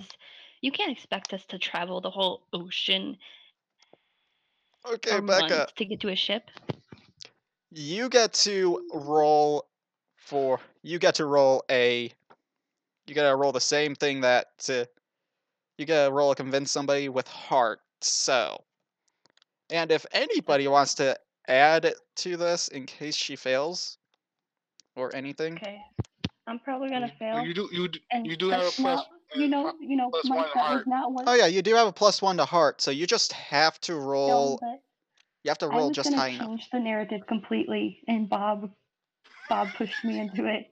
[SPEAKER 2] you can't expect us to travel the whole ocean
[SPEAKER 1] Okay,
[SPEAKER 2] or
[SPEAKER 1] Becca.
[SPEAKER 2] months to get to a ship.
[SPEAKER 1] You get to roll for you get to roll a you gotta roll the same thing that to you gotta roll a convince somebody with heart, so and if anybody wants to add to this in case she fails or anything.
[SPEAKER 2] Mm. Okay. I'm probably
[SPEAKER 3] gonna
[SPEAKER 2] fail.
[SPEAKER 3] You do, you do,
[SPEAKER 2] and
[SPEAKER 3] you do have a plus.
[SPEAKER 2] you know,
[SPEAKER 3] plus Mike, one that was heart.
[SPEAKER 2] not what
[SPEAKER 1] Oh yeah, you do have a plus one to heart, so you just have to roll you have to roll just high enough.
[SPEAKER 2] the narrative completely, and Bob, Bob pushed me into it.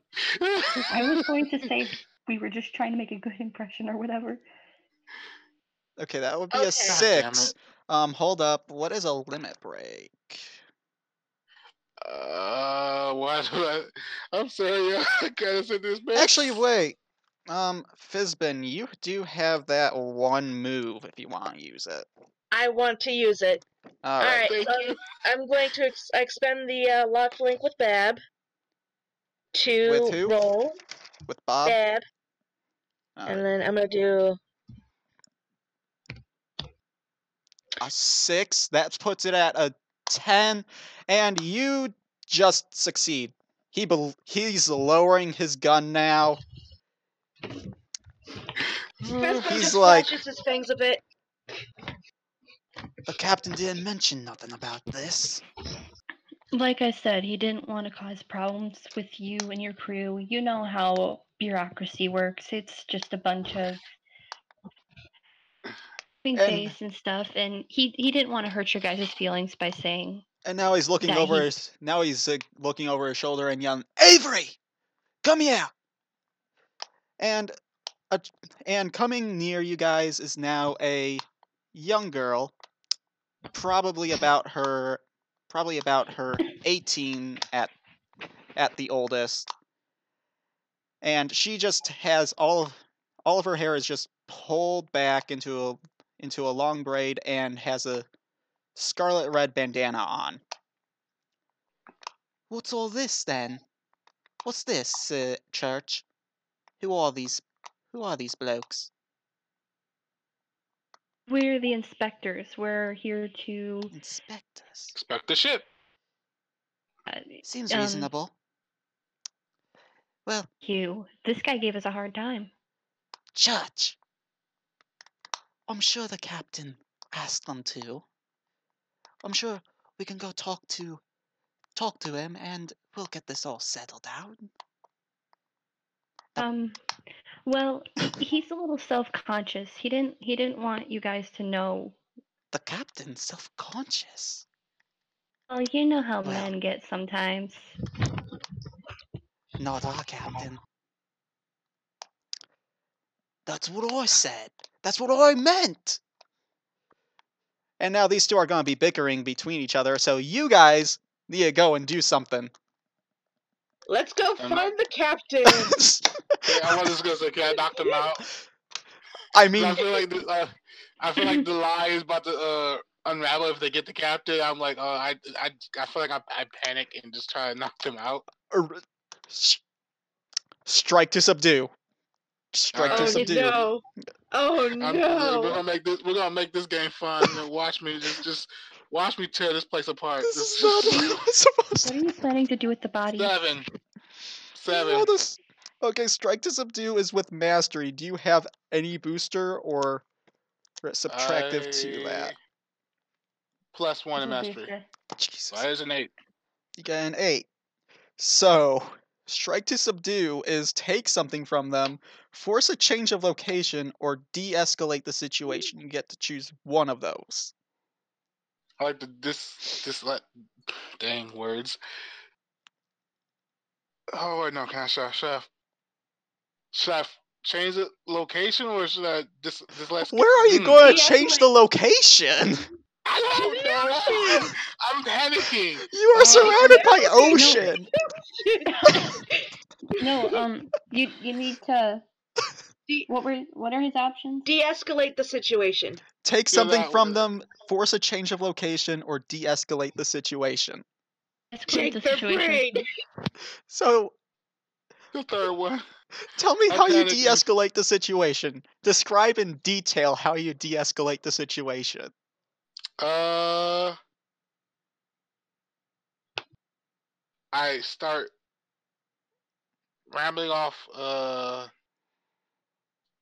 [SPEAKER 2] I was going to say we were just trying to make a good impression or whatever.
[SPEAKER 1] Okay, that would be
[SPEAKER 4] Okay.
[SPEAKER 1] a
[SPEAKER 4] God
[SPEAKER 3] damn it.
[SPEAKER 1] six. Um hold up, what is a limit break?
[SPEAKER 3] Uh, why do I? I'm sorry, I gotta send this back.
[SPEAKER 1] Actually, wait. Um, Fizbin, you do have that one move if you want to use it.
[SPEAKER 4] I want to use it.
[SPEAKER 1] All
[SPEAKER 4] All
[SPEAKER 1] right.
[SPEAKER 4] right,
[SPEAKER 3] Thank
[SPEAKER 4] um,
[SPEAKER 3] you.
[SPEAKER 4] I'm going to ex- expend the uh, lock link with Bab to
[SPEAKER 1] With who?
[SPEAKER 4] roll
[SPEAKER 1] With Bob.
[SPEAKER 4] Bab,
[SPEAKER 1] All
[SPEAKER 4] and
[SPEAKER 1] right.
[SPEAKER 4] then I'm gonna do
[SPEAKER 1] A six. That puts it at a ten, and you just succeed. He bel he's lowering his gun now.
[SPEAKER 4] Fizbin
[SPEAKER 1] He's
[SPEAKER 4] just
[SPEAKER 1] like-
[SPEAKER 4] flashes his fangs a bit.
[SPEAKER 1] The captain didn't mention nothing about this.
[SPEAKER 2] Like I said, he didn't want to cause problems with you and your crew. You know how bureaucracy works. It's just a bunch of being
[SPEAKER 1] And-
[SPEAKER 2] face and stuff, and he he didn't want to hurt your guys' feelings by saying
[SPEAKER 1] And now he's looking
[SPEAKER 2] That
[SPEAKER 1] over
[SPEAKER 2] he-
[SPEAKER 1] his now he's uh, looking over his shoulder and yelling, "Avery, come here!" And a, and coming near you guys is now a young girl, probably about her probably about her 18 at at the oldest. And she just has all of all of her hair is just pulled back into a into a long braid and has a scarlet red bandana on. What's all this then? What's this, uh, church? Who are these? Who are these blokes?
[SPEAKER 2] we're the inspectors. We're here to.
[SPEAKER 1] Inspectors.
[SPEAKER 3] Expect the ship.
[SPEAKER 2] Uh,
[SPEAKER 1] Seems
[SPEAKER 2] Um,
[SPEAKER 1] reasonable. Well,
[SPEAKER 2] you. This guy gave us a hard time.
[SPEAKER 1] Judge. I'm sure the captain asked them to. I'm sure we can go talk to talk to him and We'll get this all settled out.
[SPEAKER 2] Um, well, he- he's a little self-conscious. He didn't. He didn't want you guys to know.
[SPEAKER 1] The captain's self conscious.
[SPEAKER 2] Well, you know how
[SPEAKER 1] Well.
[SPEAKER 2] men get sometimes.
[SPEAKER 1] Not our captain. That's what I said. That's what I meant. And now these two are going to be bickering between each other, so you guys need to go and do something.
[SPEAKER 4] Let's go
[SPEAKER 3] Um,
[SPEAKER 4] find the captain.
[SPEAKER 3] Yeah, I was just gonna say, can I knock them out?
[SPEAKER 1] I
[SPEAKER 3] 'Cause I
[SPEAKER 1] mean,
[SPEAKER 3] feel like the, uh, I feel like the lie is about to uh, unravel if they get the captain. I'm like, uh, I, I, I feel like I, I panic and just try to knock them out.
[SPEAKER 1] er, s- strike to subdue. Strike to
[SPEAKER 3] Alright.
[SPEAKER 4] oh
[SPEAKER 1] subdue.
[SPEAKER 4] no! Oh
[SPEAKER 3] I'm, we're- We're
[SPEAKER 4] no!
[SPEAKER 3] gonna make this. We're gonna make this game fun. and watch me just, just watch me tear this place apart.
[SPEAKER 1] This is not what I was supposed
[SPEAKER 2] What
[SPEAKER 1] to
[SPEAKER 2] are you planning to do with the body?
[SPEAKER 3] seven, seven.
[SPEAKER 1] No, this- Okay, strike to subdue is with mastery. Do you have any booster or or subtractive to that?
[SPEAKER 3] I- Plus one in
[SPEAKER 2] Little
[SPEAKER 3] mastery.
[SPEAKER 2] booster.
[SPEAKER 1] Jesus.
[SPEAKER 3] So there's an eight.
[SPEAKER 1] You get an eight. So, strike to subdue is take something from them, force a change of location, or de escalate the situation. You get to choose one of those.
[SPEAKER 3] I like the this this like dang words. Oh wait, no, can I chef chef? Chef, change the location or should I just just let's get-
[SPEAKER 1] Where are you
[SPEAKER 3] Hmm.
[SPEAKER 1] going to
[SPEAKER 4] De-escalate-
[SPEAKER 1] change the location?
[SPEAKER 3] I don't know. I'm panicking.
[SPEAKER 1] You
[SPEAKER 3] Uh,
[SPEAKER 1] are surrounded by
[SPEAKER 4] no.
[SPEAKER 1] ocean.
[SPEAKER 2] No, um, you you need to.
[SPEAKER 4] De-
[SPEAKER 2] What were what are his options?
[SPEAKER 4] De-escalate the situation.
[SPEAKER 1] Take
[SPEAKER 3] Yeah,
[SPEAKER 1] something
[SPEAKER 3] that
[SPEAKER 1] from
[SPEAKER 3] was-
[SPEAKER 1] them, force a change of location, or de escalate the situation.
[SPEAKER 2] Escalate
[SPEAKER 4] Take their brain.
[SPEAKER 1] So,
[SPEAKER 3] The third one.
[SPEAKER 1] tell me
[SPEAKER 3] I
[SPEAKER 1] how you
[SPEAKER 3] panicked.
[SPEAKER 1] de escalate the situation. Describe in detail how you de escalate the situation.
[SPEAKER 3] Uh, I start rambling off. Uh,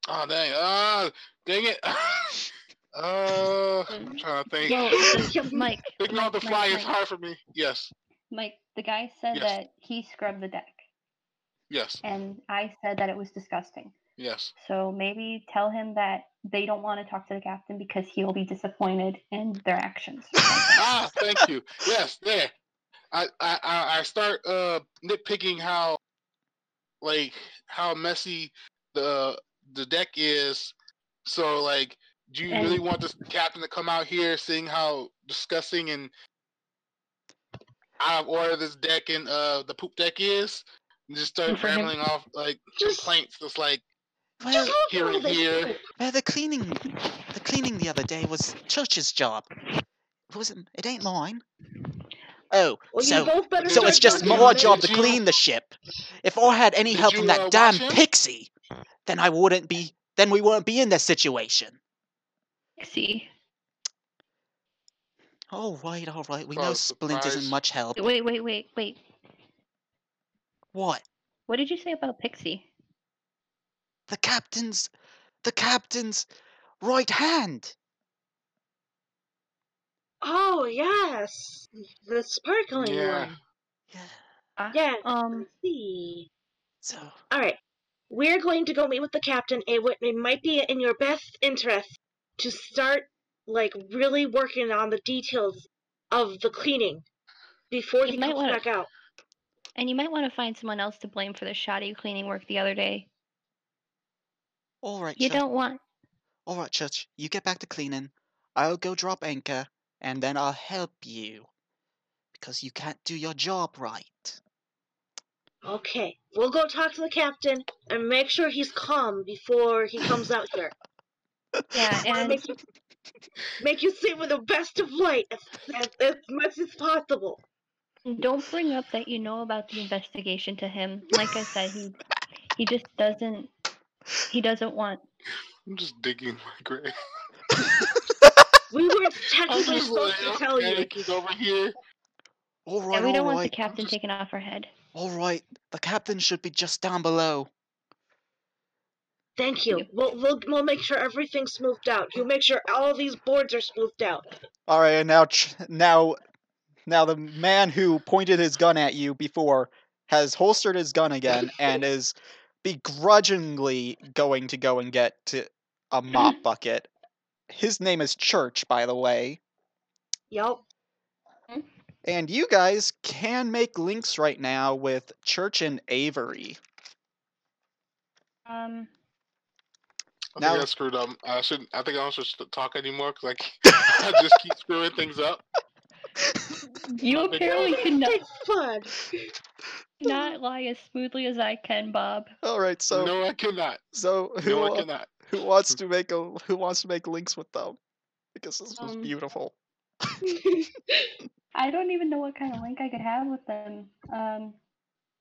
[SPEAKER 3] oh dang! Ah, dang it! uh, I'm trying to think.
[SPEAKER 2] Well, the- Mike.
[SPEAKER 3] Picking
[SPEAKER 2] Mike,
[SPEAKER 3] off the
[SPEAKER 2] Mike,
[SPEAKER 3] fly is
[SPEAKER 2] Mike.
[SPEAKER 3] hard for me. Yes,
[SPEAKER 2] Mike, the guy said
[SPEAKER 3] Yes.
[SPEAKER 2] that he scrubbed the deck,
[SPEAKER 3] yes,
[SPEAKER 2] and I said that it was disgusting.
[SPEAKER 3] yes.
[SPEAKER 2] So maybe tell him that they don't want to talk to the captain because he'll be disappointed in their actions.
[SPEAKER 3] Ah, thank you. Yes, there. I I I I start uh nitpicking how like how messy the the deck is. So like, do you really
[SPEAKER 2] And-
[SPEAKER 3] want this captain to come out here, seeing how disgusting and out of order this deck and uh the poop deck is? And just
[SPEAKER 2] And
[SPEAKER 3] start
[SPEAKER 2] for him-
[SPEAKER 3] rambling off like
[SPEAKER 4] Just-
[SPEAKER 3] complaints. Just like
[SPEAKER 1] Well,
[SPEAKER 3] here and here.
[SPEAKER 1] Well, the cleaning, the cleaning the other day was Church's job. It wasn't. It ain't mine. Oh,
[SPEAKER 4] Well, you
[SPEAKER 1] so
[SPEAKER 4] both better
[SPEAKER 1] so
[SPEAKER 4] start
[SPEAKER 1] it's just
[SPEAKER 4] working
[SPEAKER 3] you-
[SPEAKER 1] my
[SPEAKER 4] on it.
[SPEAKER 1] job to
[SPEAKER 3] did you-
[SPEAKER 1] clean the ship. If I had any
[SPEAKER 3] Did
[SPEAKER 1] help from
[SPEAKER 3] you, uh,
[SPEAKER 1] that damn
[SPEAKER 3] watch him?
[SPEAKER 1] pixie, then I wouldn't be. Then we wouldn't be in this situation.
[SPEAKER 2] See,
[SPEAKER 1] All right, all right. We know
[SPEAKER 3] Cause
[SPEAKER 1] Splint
[SPEAKER 3] surprise.
[SPEAKER 1] isn't much help.
[SPEAKER 2] wait, wait, wait, wait.
[SPEAKER 1] What?
[SPEAKER 2] What did you say about Pixie?
[SPEAKER 1] The captain's, the captain's right hand.
[SPEAKER 4] Oh yes, the sparkling
[SPEAKER 3] Yeah.
[SPEAKER 4] one.
[SPEAKER 1] Yeah.
[SPEAKER 4] Yeah.
[SPEAKER 2] Um,
[SPEAKER 4] let's see.
[SPEAKER 1] So
[SPEAKER 4] All right, we're going to go meet with the captain, and what- it might be in your best interest to start like really working on the details of the cleaning before
[SPEAKER 2] You
[SPEAKER 4] he
[SPEAKER 2] might
[SPEAKER 4] comes
[SPEAKER 2] wanna-
[SPEAKER 4] back out.
[SPEAKER 2] and you might want to find someone else to blame for the shoddy cleaning work the other day.
[SPEAKER 1] all right.
[SPEAKER 2] You
[SPEAKER 1] Church-
[SPEAKER 2] don't want.
[SPEAKER 1] All right, Church, you get back to cleaning. I'll go drop anchor, and then I'll help you. Because you can't do your job right.
[SPEAKER 4] Okay, we'll go talk to the captain and make sure he's calm before he comes out here.
[SPEAKER 2] Yeah,
[SPEAKER 4] Wanna
[SPEAKER 2] and
[SPEAKER 4] make you make you sit with the best of light as, as, as much as possible.
[SPEAKER 2] don't bring up that you know about the investigation to him. Like I said, he he just doesn't. He doesn't want.
[SPEAKER 3] I'm just digging my grave.
[SPEAKER 4] We weren't
[SPEAKER 3] I'm
[SPEAKER 2] Oh,
[SPEAKER 4] technically
[SPEAKER 3] just
[SPEAKER 4] supposed
[SPEAKER 3] like,
[SPEAKER 4] to tell you.
[SPEAKER 3] panicking over here.
[SPEAKER 1] All right,
[SPEAKER 2] And we don't
[SPEAKER 1] all
[SPEAKER 2] want the
[SPEAKER 1] right,
[SPEAKER 2] captain
[SPEAKER 3] just-
[SPEAKER 2] taken off our head.
[SPEAKER 1] all right. The captain should be just down below.
[SPEAKER 4] Thank you.
[SPEAKER 2] Yep.
[SPEAKER 4] We'll, we'll we'll make sure everything's smoothed out. You make sure all these boards are smoothed out.
[SPEAKER 1] All right, and now, ch- now, Now the man who pointed his gun at you before has holstered his gun again and is begrudgingly going to go and get to a mop bucket. His name is Church, by the way.
[SPEAKER 4] Yep.
[SPEAKER 1] And you guys can make links right now with Church and Avery.
[SPEAKER 2] Um,
[SPEAKER 3] I
[SPEAKER 1] Now-
[SPEAKER 3] think I screwed up. I shouldn't. I think I don't should st- talk anymore because I, can't- I just keep screwing things up.
[SPEAKER 2] you
[SPEAKER 3] Not big
[SPEAKER 2] apparently
[SPEAKER 3] deal.
[SPEAKER 2] cannot
[SPEAKER 4] It's fun.
[SPEAKER 2] not lie as smoothly as I can, Bob.
[SPEAKER 1] All right, so
[SPEAKER 3] no, I cannot.
[SPEAKER 1] so who,
[SPEAKER 3] No,
[SPEAKER 1] wa-
[SPEAKER 3] I cannot.
[SPEAKER 1] who wants to make a who wants to make links with them? Because this was
[SPEAKER 2] Um,
[SPEAKER 1] beautiful.
[SPEAKER 2] I don't even know what kind of link I could have with them. Um,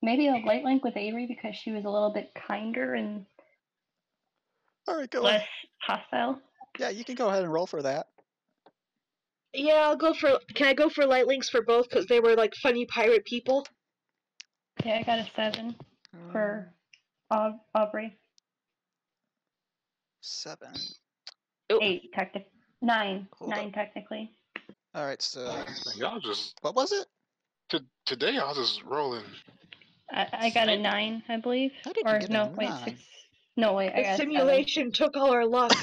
[SPEAKER 2] maybe a light link with Avery because she was a little bit kinder and
[SPEAKER 1] All right, go.
[SPEAKER 2] less
[SPEAKER 1] ahead.
[SPEAKER 2] hostile.
[SPEAKER 1] Yeah, you can go ahead and roll for that.
[SPEAKER 4] yeah, I'll go for. Can I go for light links for both? Because they were like funny pirate people.
[SPEAKER 2] Okay, I got a seven
[SPEAKER 1] Um,
[SPEAKER 2] for Au- Aubrey.
[SPEAKER 1] Seven.
[SPEAKER 2] Eight, technically. Nine.
[SPEAKER 1] Hold
[SPEAKER 2] Nine, technically.
[SPEAKER 1] All right, so
[SPEAKER 3] Y'all just
[SPEAKER 1] what was it?
[SPEAKER 3] to, today. Y'all just rolling.
[SPEAKER 2] I, I got a nine, I believe.
[SPEAKER 1] How did you
[SPEAKER 2] or
[SPEAKER 1] get a
[SPEAKER 2] no, wait,
[SPEAKER 1] nine?
[SPEAKER 2] six. No, wait, I got
[SPEAKER 4] The
[SPEAKER 2] a seven.
[SPEAKER 4] simulation took all our luck.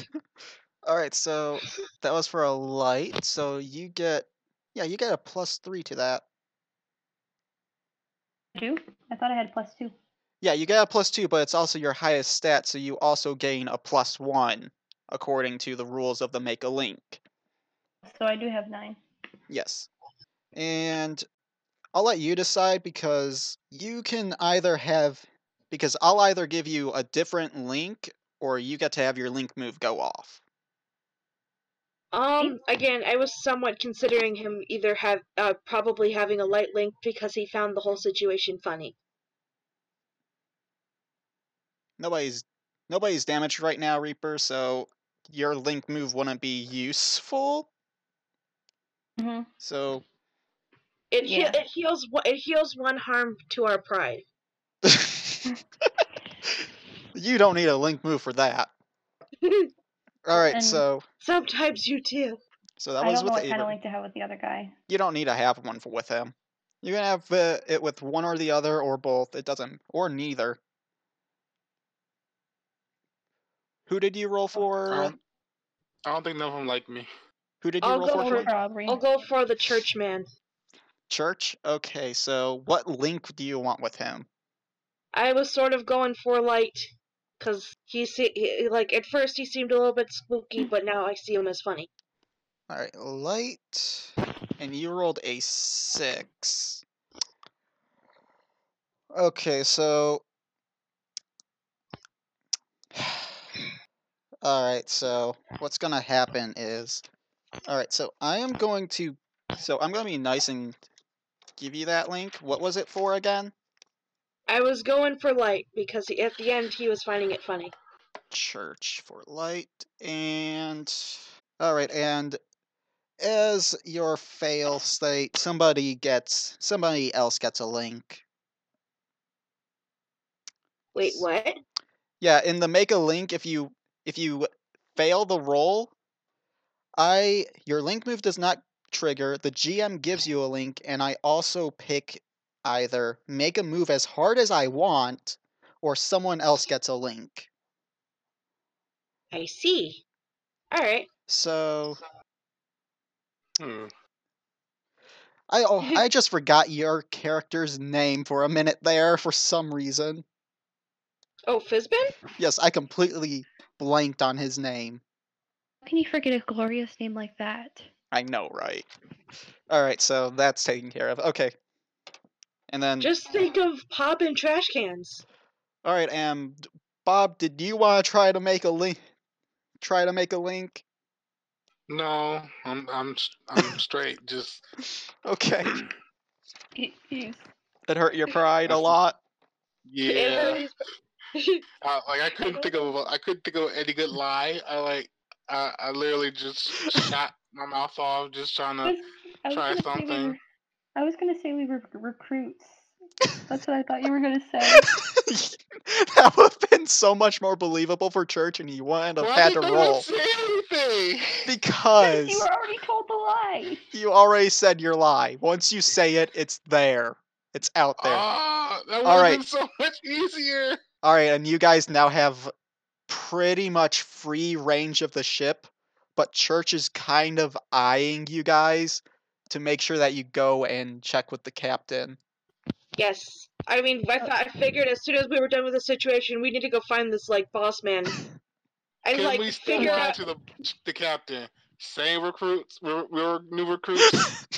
[SPEAKER 1] All right, so that was for a light. So you get yeah, you get a plus three to that.
[SPEAKER 2] Two? I thought I had plus two.
[SPEAKER 1] Yeah, you get a plus two, but it's also your highest stat, so you also gain a plus one according to the rules of the Make a Link.
[SPEAKER 2] So I do have nine.
[SPEAKER 1] Yes, and I'll let you decide because you can either have because I'll either give you a different link or you get to have your link move go off.
[SPEAKER 4] Um, again, I was somewhat considering him either have uh, probably having a light link because he found the whole situation funny.
[SPEAKER 1] nobody's nobody's damaged right now, Reaper, so your link move wouldn't be useful.
[SPEAKER 2] Mm-hmm.
[SPEAKER 1] So
[SPEAKER 4] It he-
[SPEAKER 2] Yeah.
[SPEAKER 4] it heals one- it heals one harm to our pride.
[SPEAKER 1] you don't need a link move for that. All right,
[SPEAKER 2] And-
[SPEAKER 1] so
[SPEAKER 4] Sometimes you do.
[SPEAKER 1] so that
[SPEAKER 2] I
[SPEAKER 1] was
[SPEAKER 2] don't
[SPEAKER 1] with
[SPEAKER 2] know what kind
[SPEAKER 1] Avery.
[SPEAKER 2] of link to have with the other guy.
[SPEAKER 1] You don't need to have one for, with him. You can have uh, it with one or the other or both. It doesn't or neither. Who did you roll
[SPEAKER 3] I
[SPEAKER 1] for?
[SPEAKER 3] don't, I don't think none of them like me.
[SPEAKER 1] Who did you
[SPEAKER 4] Um, I'll
[SPEAKER 1] roll
[SPEAKER 4] go
[SPEAKER 1] for?
[SPEAKER 2] Or
[SPEAKER 4] for-
[SPEAKER 1] Clint?
[SPEAKER 2] for Aubrey.
[SPEAKER 4] I'll go for the church man.
[SPEAKER 1] Church. Okay, so what link do you want with him?
[SPEAKER 4] I was sort of going for light because he see he, like at first he seemed a little bit spooky, but now I see him as funny.
[SPEAKER 1] All right, light, and you rolled a six. Okay, so. All right, so what's gonna happen is, all right, so I am going to, so I'm gonna be nice and give you that link. What was it for again?
[SPEAKER 4] I was going for light because he, at the end he was finding it funny.
[SPEAKER 1] church for light and all right and as your fail state somebody gets somebody else gets a link
[SPEAKER 4] Wait, what?
[SPEAKER 1] yeah in the make a link if you if you fail the roll i your link move does not trigger the gm gives you a link and i also pick either make a move as hard as i want or someone else gets a link
[SPEAKER 4] I see. All right.
[SPEAKER 1] so
[SPEAKER 3] Hmm.
[SPEAKER 1] I oh, I just forgot your character's name for a minute there for some reason.
[SPEAKER 4] Oh, Fizbin?
[SPEAKER 1] Yes, I completely blanked on his name.
[SPEAKER 2] How can you forget a glorious name like that?
[SPEAKER 1] I know, right? All right, so that's taken care of. Okay. And then
[SPEAKER 4] Just think of pop and trash cans.
[SPEAKER 1] all right, um Bob, did you want to try to make a link try to make a link?
[SPEAKER 3] No, I'm I'm s- I'm straight. Just
[SPEAKER 1] Okay.
[SPEAKER 2] He- he's-
[SPEAKER 1] It hurt your pride a lot.
[SPEAKER 3] yeah. I, like I couldn't think of a, I couldn't think of any good lie. I like I, I literally just shot my mouth
[SPEAKER 1] Uh,
[SPEAKER 3] off, just trying
[SPEAKER 2] I
[SPEAKER 3] to
[SPEAKER 2] was, I was
[SPEAKER 3] Try
[SPEAKER 2] gonna say we
[SPEAKER 3] something.
[SPEAKER 2] were- I was gonna say we were recruits, That's what I thought you were gonna say.
[SPEAKER 1] that would have been so much more believable for Church, and you wouldn't have had to
[SPEAKER 3] did
[SPEAKER 1] roll.
[SPEAKER 3] say anything?
[SPEAKER 1] Because
[SPEAKER 2] you were already told the lie.
[SPEAKER 1] you already said your lie. Once you say it, it's there. It's out there.
[SPEAKER 3] Ah, that would
[SPEAKER 1] All
[SPEAKER 3] have
[SPEAKER 1] right.
[SPEAKER 3] been so much easier.
[SPEAKER 1] All right, and you guys now have pretty much free range of the ship, but Church is kind of eyeing you guys to make sure that you go and check with the captain.
[SPEAKER 4] Yes. I mean, I, thought, I figured as soon as we were done with the situation, we need to go find this, like, boss man. And,
[SPEAKER 3] Can
[SPEAKER 4] like,
[SPEAKER 3] we still
[SPEAKER 4] figure
[SPEAKER 3] go
[SPEAKER 4] out.
[SPEAKER 3] to the, the captain? Same recruits, we're, we're new recruits.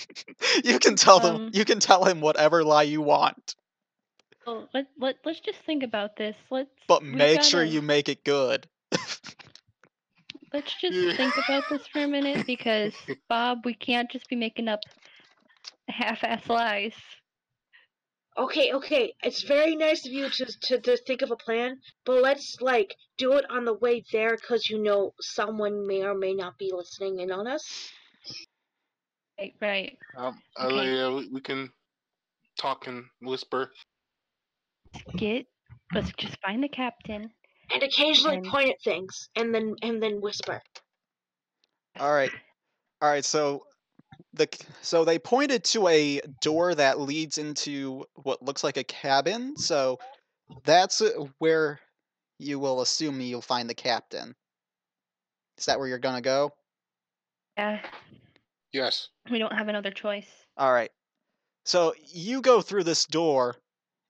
[SPEAKER 1] you can tell them.
[SPEAKER 2] Um,
[SPEAKER 1] you can tell him whatever lie you want,
[SPEAKER 2] Well, let let let's just think about this. Let's
[SPEAKER 1] but
[SPEAKER 2] we
[SPEAKER 1] make sure
[SPEAKER 2] gotta-
[SPEAKER 1] you make it good.
[SPEAKER 2] Let's just
[SPEAKER 3] Yeah.
[SPEAKER 2] think about this for a minute because Bob, we can't just be making up half-ass lies.
[SPEAKER 4] Okay, okay. It's very nice of you to, to, to think of a plan, but let's, like, do it on the way there because, you know, someone may or may not be listening in on us.
[SPEAKER 2] Right, right.
[SPEAKER 3] um,
[SPEAKER 2] Okay.
[SPEAKER 3] uh, yeah, we, we can talk and whisper.
[SPEAKER 2] Get let's just find the captain.
[SPEAKER 4] And occasionally
[SPEAKER 2] And-
[SPEAKER 4] point at things and then and then whisper.
[SPEAKER 1] All right. All right, so the c- so they pointed to a door that leads into what looks like a cabin. So that's uh, where you will assume you'll find the captain. Is that where you're going to go?
[SPEAKER 2] Yeah,
[SPEAKER 3] Yes.
[SPEAKER 2] Uh, we don't have another choice.
[SPEAKER 1] All right. So you go through this door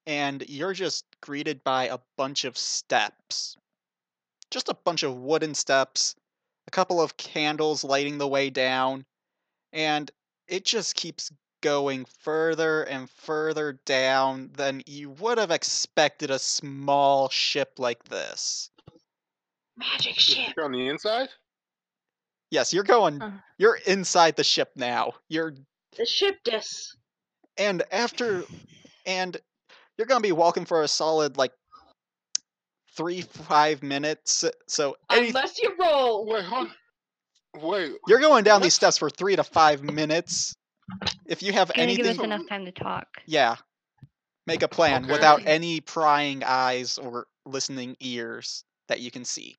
[SPEAKER 1] and you're just greeted by a bunch of steps. Just a bunch of wooden steps, a couple of candles lighting the way down, and it just keeps going further and further down than you would have expected a small ship like this.
[SPEAKER 4] Magic
[SPEAKER 3] Is
[SPEAKER 4] ship.
[SPEAKER 3] it on the inside?
[SPEAKER 1] Yes, you're going
[SPEAKER 2] Huh.
[SPEAKER 1] you're inside the ship now. You're
[SPEAKER 4] The ship dis.
[SPEAKER 1] and after and you're gonna be walking for a solid like three five minutes uh, so any,
[SPEAKER 4] Unless you roll.
[SPEAKER 3] Wait, hold Wait,
[SPEAKER 1] you're going down these
[SPEAKER 3] What?
[SPEAKER 1] steps for three to five minutes if you have
[SPEAKER 2] It's gonna give
[SPEAKER 1] anything
[SPEAKER 2] us enough time to talk.
[SPEAKER 1] yeah make a plan without
[SPEAKER 3] Okay.
[SPEAKER 1] any prying eyes or listening ears that you can see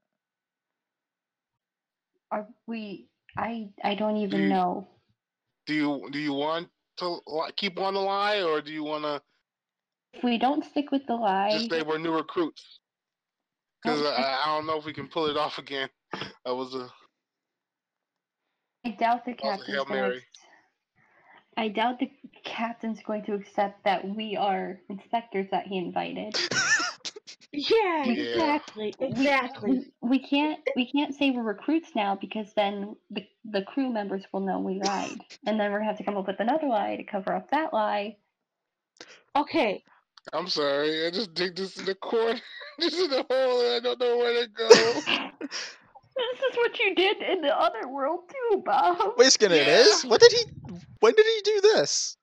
[SPEAKER 2] Are we? I I don't
[SPEAKER 3] You-
[SPEAKER 2] even know.
[SPEAKER 3] do you do you want to li- keep on the lie, or do you want to
[SPEAKER 2] If we don't stick with the lie,
[SPEAKER 3] just say we're new recruits? Because
[SPEAKER 2] Don't stick-
[SPEAKER 3] I, I don't know if we can pull it off again. That was uh, a
[SPEAKER 2] I doubt the
[SPEAKER 3] That was a
[SPEAKER 2] captain's
[SPEAKER 3] Hail
[SPEAKER 2] going.
[SPEAKER 3] Mary.
[SPEAKER 2] To, I doubt the captain's going to accept that we are inspectors that he invited.
[SPEAKER 4] Yeah,
[SPEAKER 2] Yeah.
[SPEAKER 4] exactly.
[SPEAKER 2] We-
[SPEAKER 4] Exactly.
[SPEAKER 2] We, we can't we can't say we're recruits now because then the, the crew members will know we lied, and then we're gonna have to come up with another lie to cover up that lie.
[SPEAKER 4] Okay.
[SPEAKER 3] I'm sorry. I just dig this in the corner. this is the hole, and I don't know where to go.
[SPEAKER 2] This is what you did in the other world too, Bob.
[SPEAKER 1] wait a second it
[SPEAKER 3] Yeah.
[SPEAKER 1] is what did he when did he do this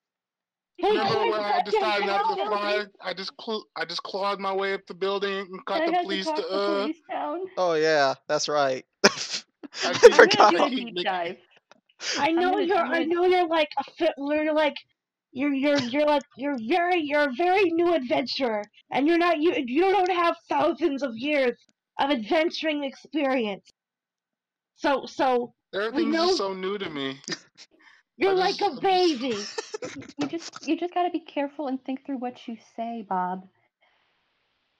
[SPEAKER 2] He
[SPEAKER 3] Remember
[SPEAKER 2] tried
[SPEAKER 3] when
[SPEAKER 2] to
[SPEAKER 3] I
[SPEAKER 2] cut
[SPEAKER 3] decided
[SPEAKER 2] down
[SPEAKER 3] not to
[SPEAKER 2] the
[SPEAKER 3] fly?
[SPEAKER 2] building.
[SPEAKER 3] I just clu- I just clawed my way up the building and
[SPEAKER 2] I
[SPEAKER 3] got the
[SPEAKER 2] had to
[SPEAKER 3] police
[SPEAKER 2] talk
[SPEAKER 3] to
[SPEAKER 2] the
[SPEAKER 3] uh.
[SPEAKER 2] police down.
[SPEAKER 1] oh yeah that's right
[SPEAKER 3] I
[SPEAKER 1] i
[SPEAKER 3] keep-
[SPEAKER 2] I'm gonna
[SPEAKER 1] forgot
[SPEAKER 2] do a
[SPEAKER 3] I keep
[SPEAKER 2] deep
[SPEAKER 3] making-
[SPEAKER 2] dive.
[SPEAKER 4] I know
[SPEAKER 2] gonna-
[SPEAKER 4] you're.
[SPEAKER 2] I'm
[SPEAKER 4] I
[SPEAKER 2] gonna-
[SPEAKER 4] know you're like a fit. You're like. You're you're you're like you're very you're a very new adventurer, and you're not you you don't have thousands of years of adventuring experience. So so
[SPEAKER 3] Everything's
[SPEAKER 4] know-
[SPEAKER 3] just so new to me.
[SPEAKER 4] you're
[SPEAKER 3] I
[SPEAKER 4] like
[SPEAKER 3] just- I'm
[SPEAKER 4] a
[SPEAKER 3] just-
[SPEAKER 4] baby.
[SPEAKER 2] You just you just gotta be careful and think through what you say, Bob.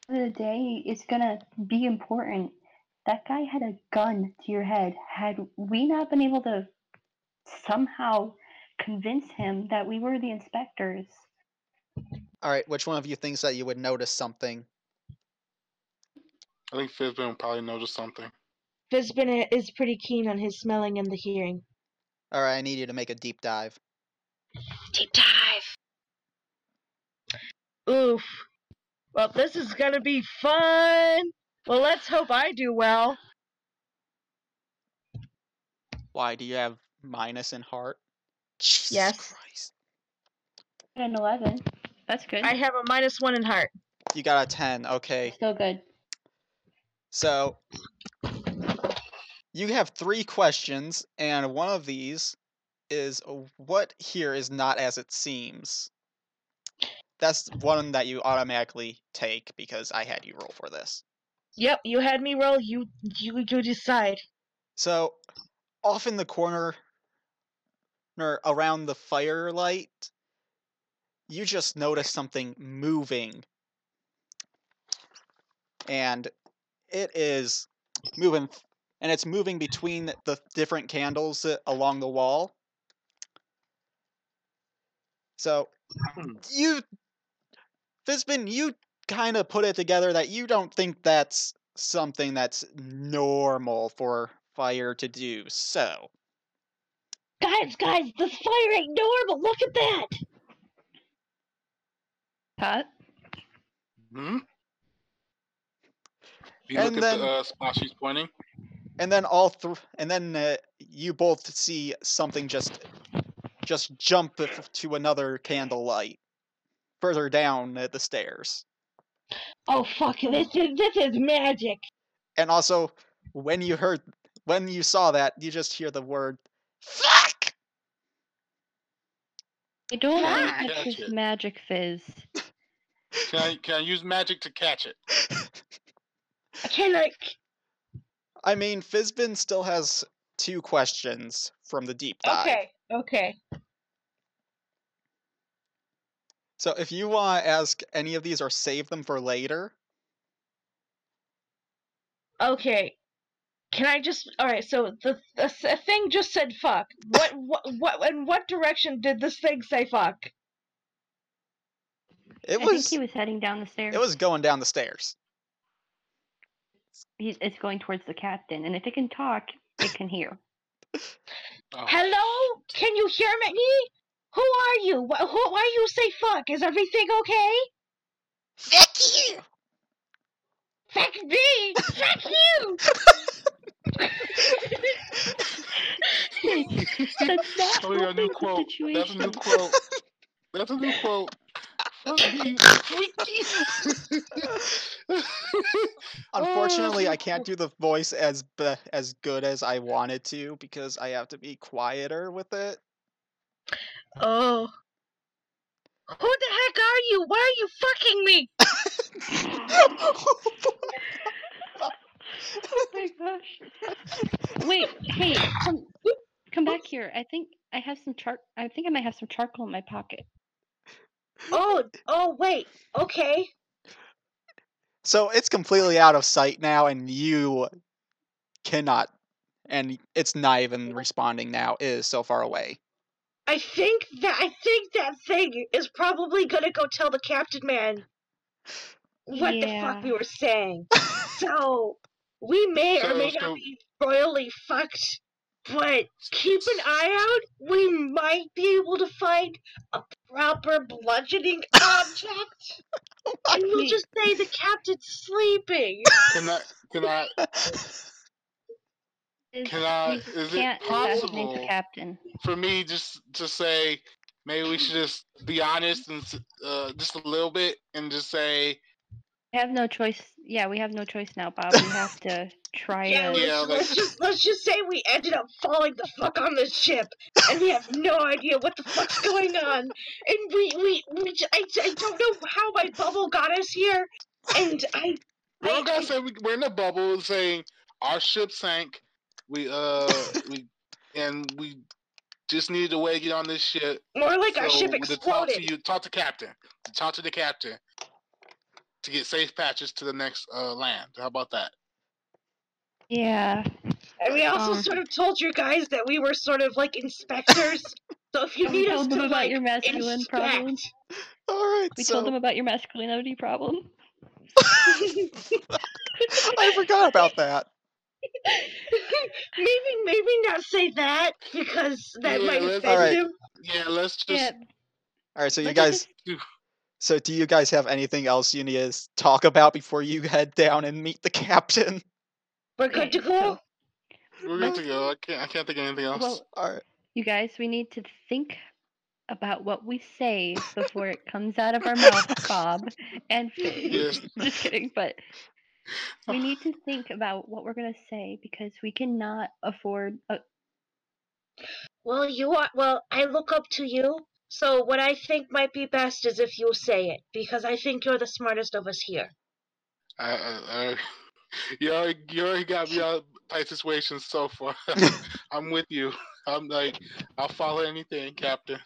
[SPEAKER 2] At the end of the day, it's gonna be important. That guy had a gun to your head. Had we not been able to somehow convince him that we were the inspectors,
[SPEAKER 1] all right which one of you thinks that you would notice something
[SPEAKER 3] I think Fizbin will probably notice something.
[SPEAKER 4] Fizbin is pretty keen on his smelling and the hearing.
[SPEAKER 1] all right i need you to make a deep dive
[SPEAKER 4] Deep dive. Oof. Well, this is gonna be fun. Well, let's hope I do well.
[SPEAKER 1] Why do you have minus in heart? Jesus
[SPEAKER 4] Yes.
[SPEAKER 1] Christ.
[SPEAKER 2] an eleven. That's good.
[SPEAKER 4] I have a minus one in heart.
[SPEAKER 1] You got a 10. Okay.
[SPEAKER 2] Still good.
[SPEAKER 1] So you have three questions, and one of these is what here is not as it seems. That's one that you automatically take because I had you roll for this.
[SPEAKER 4] Yep, you had me roll. You you you decide.
[SPEAKER 1] So, off in the corner, or around the firelight, you just notice something moving. And it is moving, and it's moving between the different candles uh, along the wall. So, you, Fizbin, you kind of put it together that you don't think that's something that's normal for fire to do. So,
[SPEAKER 4] Guys, guys, this fire ain't normal. Look at that.
[SPEAKER 2] Pat?
[SPEAKER 3] Hmm? If you
[SPEAKER 1] And
[SPEAKER 3] look
[SPEAKER 1] then-
[SPEAKER 3] at the uh, spot she's pointing,
[SPEAKER 1] and then all three, and then uh, you both see something just, just jump f- to another candlelight further down uh, the stairs.
[SPEAKER 4] Oh fuck! This is this is magic.
[SPEAKER 1] And also, when you heard, when you saw that, you just hear the word "fuck."
[SPEAKER 2] I don't
[SPEAKER 3] Can't
[SPEAKER 2] want to
[SPEAKER 3] catch
[SPEAKER 2] touch his
[SPEAKER 3] it.
[SPEAKER 2] magic fizz.
[SPEAKER 3] can I, can I use magic to catch it?
[SPEAKER 4] Can I?
[SPEAKER 1] I mean, Fizbin still has two questions from the deep dive.
[SPEAKER 4] Okay, okay.
[SPEAKER 1] So if you want to ask any of these or save them for later,
[SPEAKER 4] Okay. Can I just? All right. So the, the s- a thing just said "fuck." What? What? What? In what direction did this thing say "fuck"?
[SPEAKER 1] it
[SPEAKER 2] I
[SPEAKER 1] was,
[SPEAKER 2] think he was heading down the stairs.
[SPEAKER 1] it was going down the stairs.
[SPEAKER 2] He, it's going towards the captain, and if it can talk, it can hear.
[SPEAKER 3] Oh,
[SPEAKER 4] Hello? Can you hear me? Who are you? Wh- who? Why you say "fuck"? Is everything okay?
[SPEAKER 1] Fuck you!
[SPEAKER 4] Fuck me! Fuck you!
[SPEAKER 2] That's not
[SPEAKER 3] Oh, yeah,
[SPEAKER 2] helping
[SPEAKER 3] new
[SPEAKER 2] the
[SPEAKER 3] quote. That's a
[SPEAKER 2] situation.
[SPEAKER 3] new quote. That's a new quote. Fuck you, freaky.
[SPEAKER 2] Oh,
[SPEAKER 1] Unfortunately, I can't do the voice as be- as good as I wanted to because I have to be quieter with it.
[SPEAKER 4] Oh. Who the heck are you? Why are you fucking me?
[SPEAKER 2] Oh my gosh. Wait, hey, come, come back here. I think I have some char. I think I might have some charcoal in my pocket.
[SPEAKER 4] Oh, oh, wait. Okay.
[SPEAKER 1] so it's completely out of sight now, and you cannot, and it's not even responding now. It is so far away.
[SPEAKER 4] I think that I think that thing is probably gonna go tell the captain man what the
[SPEAKER 2] Yeah.
[SPEAKER 4] fuck we were saying. so we may or
[SPEAKER 3] So-
[SPEAKER 4] may
[SPEAKER 3] so-
[SPEAKER 4] not be royally fucked, but keep an eye out. We might be able to find a proper bludgeoning object, and we'll just say the captain's sleeping.
[SPEAKER 3] Can I? Can I?
[SPEAKER 2] Is,
[SPEAKER 3] Can I-
[SPEAKER 2] we
[SPEAKER 3] is it
[SPEAKER 2] can't assassinate the
[SPEAKER 3] possible-
[SPEAKER 2] captain.
[SPEAKER 3] For me, just to say, maybe we should just be honest and s- uh, just a little bit, and just say,
[SPEAKER 2] We have no choice. Yeah, we have no choice now, Bob. We have to try to.
[SPEAKER 4] Yeah, let's,
[SPEAKER 3] Yeah,
[SPEAKER 4] let's
[SPEAKER 3] like-
[SPEAKER 4] just let's just say we ended up falling the fuck on this ship, and we have no idea what the fuck's going on, and we we, we j- I, j- I don't know how my bubble got us here, and I
[SPEAKER 3] we
[SPEAKER 4] I,
[SPEAKER 3] don't gotta say we, we're in a bubble, saying our ship sank. We uh, we and we just needed a way to get on this ship.
[SPEAKER 4] I- more like our ship
[SPEAKER 3] So, to Talk to
[SPEAKER 4] exploded.
[SPEAKER 3] you, talk to captain. To talk to the captain to get safe patches to the next uh, land. How about that?
[SPEAKER 2] Yeah.
[SPEAKER 4] And we also
[SPEAKER 2] Um.
[SPEAKER 4] sort of told you guys that we were sort of like inspectors, so if you
[SPEAKER 2] We
[SPEAKER 4] need us
[SPEAKER 2] told them
[SPEAKER 4] to
[SPEAKER 2] about
[SPEAKER 4] like
[SPEAKER 2] your masculine
[SPEAKER 4] inspect,
[SPEAKER 2] problem.
[SPEAKER 1] All right,
[SPEAKER 2] We
[SPEAKER 1] so
[SPEAKER 2] told them about your masculinity problem.
[SPEAKER 1] I forgot about that.
[SPEAKER 4] maybe maybe not say that because that
[SPEAKER 3] Yeah,
[SPEAKER 4] might
[SPEAKER 3] let's-
[SPEAKER 4] offend
[SPEAKER 1] Alright.
[SPEAKER 4] him.
[SPEAKER 3] Yeah, let's just.
[SPEAKER 2] yeah.
[SPEAKER 1] All right, so you
[SPEAKER 2] Let's
[SPEAKER 1] guys. So, do you guys have anything else you need to s- talk about before you head down and meet the captain?
[SPEAKER 4] We're good to
[SPEAKER 2] Okay,
[SPEAKER 4] go.
[SPEAKER 2] so-
[SPEAKER 3] We're good to go. I can't. I can't think of anything else.
[SPEAKER 2] Well,
[SPEAKER 1] All right.
[SPEAKER 2] you guys, we need to think about what we say before it comes out of our mouth, Bob. And
[SPEAKER 3] Yes.
[SPEAKER 2] just kidding, but we need to think about what we're gonna say because we cannot afford. uh, A,
[SPEAKER 4] Well, you are. Well, I look up to you
[SPEAKER 5] So what I think might be best is if you say it, because I think you're the smartest of us here.
[SPEAKER 3] I, I, I, you, already, you already got me out of tight situations so far. I'm with you. I'm like, I'll follow anything, Captain.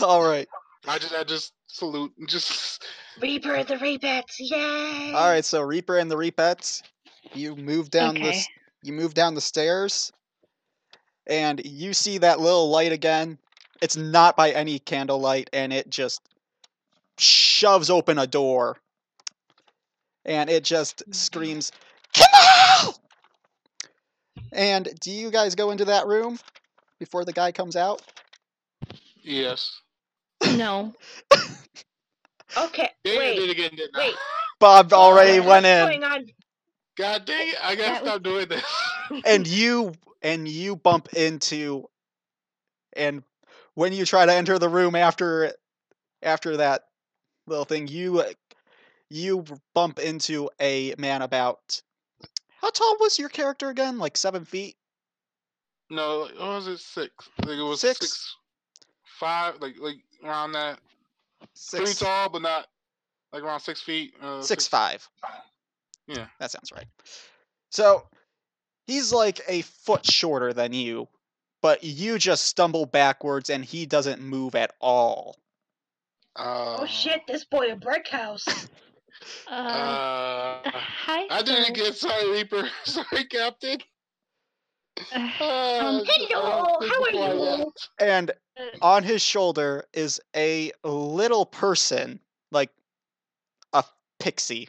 [SPEAKER 1] All right.
[SPEAKER 3] I just, I just salute. and Just
[SPEAKER 5] Reaper the Rebats, yay!
[SPEAKER 1] All right. So Reaper and the Repettes, you move down
[SPEAKER 2] okay.
[SPEAKER 1] this. You move down the stairs, and you see that little light again. It's not by any candlelight, and it just shoves open a door, and it just screams, "Come out!" And do you guys go into that room before the guy comes out?
[SPEAKER 3] yes.
[SPEAKER 2] No.
[SPEAKER 5] Okay,
[SPEAKER 3] Damn, I
[SPEAKER 5] wait.
[SPEAKER 3] did it again, didn't
[SPEAKER 5] wait.
[SPEAKER 3] I?
[SPEAKER 1] Bob already
[SPEAKER 5] What's
[SPEAKER 1] went in,
[SPEAKER 5] going on?
[SPEAKER 3] God dang it! I gotta
[SPEAKER 2] That was-
[SPEAKER 3] stop doing this.
[SPEAKER 1] and you and you bump into, and when you try to enter the room after after that little thing, you you bump into a man about how tall was your character again? Like seven feet.
[SPEAKER 3] no, what was it? Six. I think it was
[SPEAKER 1] Six?
[SPEAKER 3] six, five, like like around that. Pretty
[SPEAKER 1] Six,
[SPEAKER 3] tall, but not like around six feet. Uh,
[SPEAKER 1] six five.
[SPEAKER 3] Yeah.
[SPEAKER 1] that sounds right. So he's like a foot shorter than you, but you just stumble backwards, and he doesn't move at all.
[SPEAKER 3] Uh,
[SPEAKER 5] Oh shit, this boy a brick house.
[SPEAKER 2] Uh,
[SPEAKER 3] Uh,
[SPEAKER 2] hi.
[SPEAKER 3] I did it
[SPEAKER 2] sir.
[SPEAKER 3] again. Sorry, Reaper. Sorry, Captain.
[SPEAKER 2] Uh,
[SPEAKER 3] Uh,
[SPEAKER 5] Um, hello,
[SPEAKER 3] uh,
[SPEAKER 5] how are
[SPEAKER 3] before I
[SPEAKER 5] you?
[SPEAKER 3] left.
[SPEAKER 1] And
[SPEAKER 2] uh,
[SPEAKER 1] on his shoulder is a little person, like a pixie.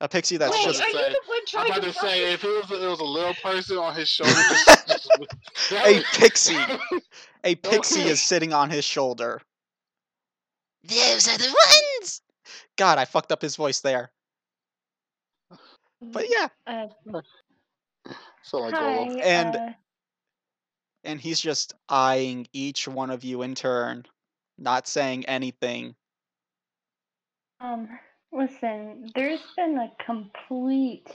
[SPEAKER 1] A pixie that's
[SPEAKER 5] wait,
[SPEAKER 1] just
[SPEAKER 5] are you
[SPEAKER 3] say-
[SPEAKER 5] the one
[SPEAKER 3] I'm
[SPEAKER 5] trying
[SPEAKER 3] about to
[SPEAKER 5] to fuck
[SPEAKER 3] say
[SPEAKER 5] me?
[SPEAKER 3] if it was it was a little person on his shoulder. just- just- that
[SPEAKER 1] a
[SPEAKER 3] would-
[SPEAKER 1] pixie. A
[SPEAKER 3] Okay.
[SPEAKER 1] pixie is sitting on his shoulder. Those are the ones. God, I fucked up his voice there. But yeah,
[SPEAKER 2] uh,
[SPEAKER 3] Sound like
[SPEAKER 2] hi.
[SPEAKER 3] Golo.
[SPEAKER 1] And-
[SPEAKER 2] uh,
[SPEAKER 1] and he's just eyeing each one of you in turn, not saying anything.
[SPEAKER 2] Um, listen, there's been a complete